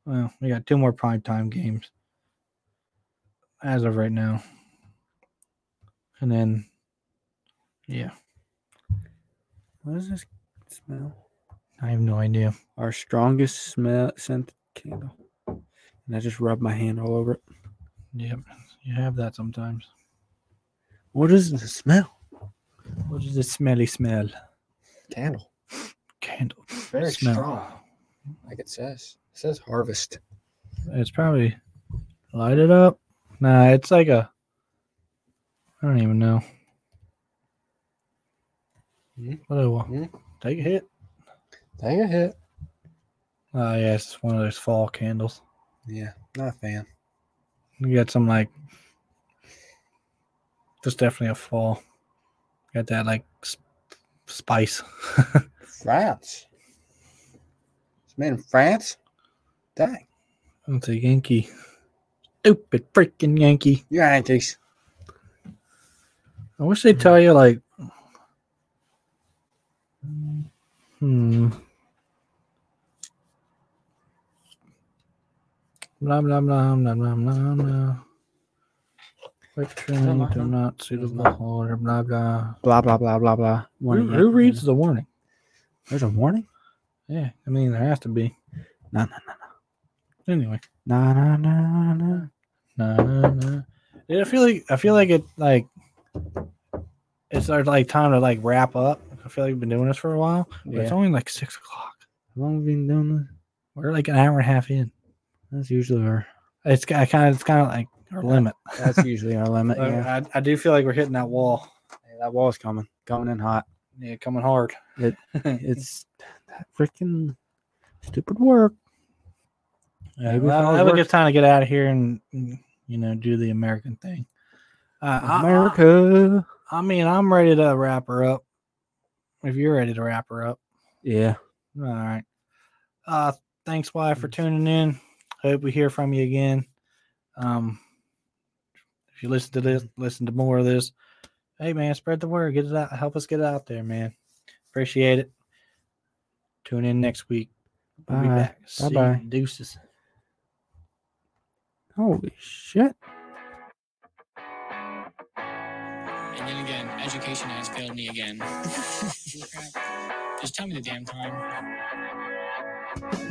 Well, we got two more prime time games as of right now, and then yeah, What does this smell? I have no idea. Our strongest smell scent candle. And I just rubbed my hand all over it. Yep, you have that sometimes. What is the smell? What is the smelly smell? Candle. Candle. Very Smell. strong. Like it says. It says harvest. It's probably light it up. Nah, it's like a. I don't even know. Mhm. What do I want? Mhm. Take a hit. Take a hit. Oh yeah, it's one of those fall candles. Yeah, not a fan. You got some like. Just definitely a fall. Got that like sp- spice. France. It's made in France? Dang. it's a Yankee. Stupid freaking Yankee. You Yankees. I wish they'd tell you like hmm blah blah blah blah blah blah blah Quick training do not suitable holder blah blah. Blah blah blah blah blah. Who, Warning, who warning. reads the warning? There's a warning? Yeah, I mean there has to be. No, no, Anyway. no. No, no, no, no. Nah, nah, nah. Yeah, I feel like I feel like it like it's our like time to like wrap up. I feel like we've been doing this for a while. But Yeah. It's only like six o'clock. How long have we been doing this? We're like an hour and a half in. That's usually our It's kind of it's kind of like our limit. that's usually our limit. Yeah. I, I do feel like we're hitting that wall. Hey, that wall's coming. Coming in hot. Yeah, coming hard. It's that freaking stupid work. Yeah, Maybe well, if I I have a work- good time to get out of here and mm, you know do the American thing. Uh, I- America. I, I mean, I'm ready to wrap her up. If you're ready to wrap her up, Yeah. all right. Uh, thanks, Y, for tuning in. Hope we hear from you again. Um, if you listen to this, Mm-hmm. listen to more of this. Hey, man, spread the word. Get it out. Help us get it out there, man. Appreciate it. Tune in next week. We'll be Bye. back. See you. Bye-bye. Deuces. Holy shit. And then again, education has failed me again. Just tell me the damn time.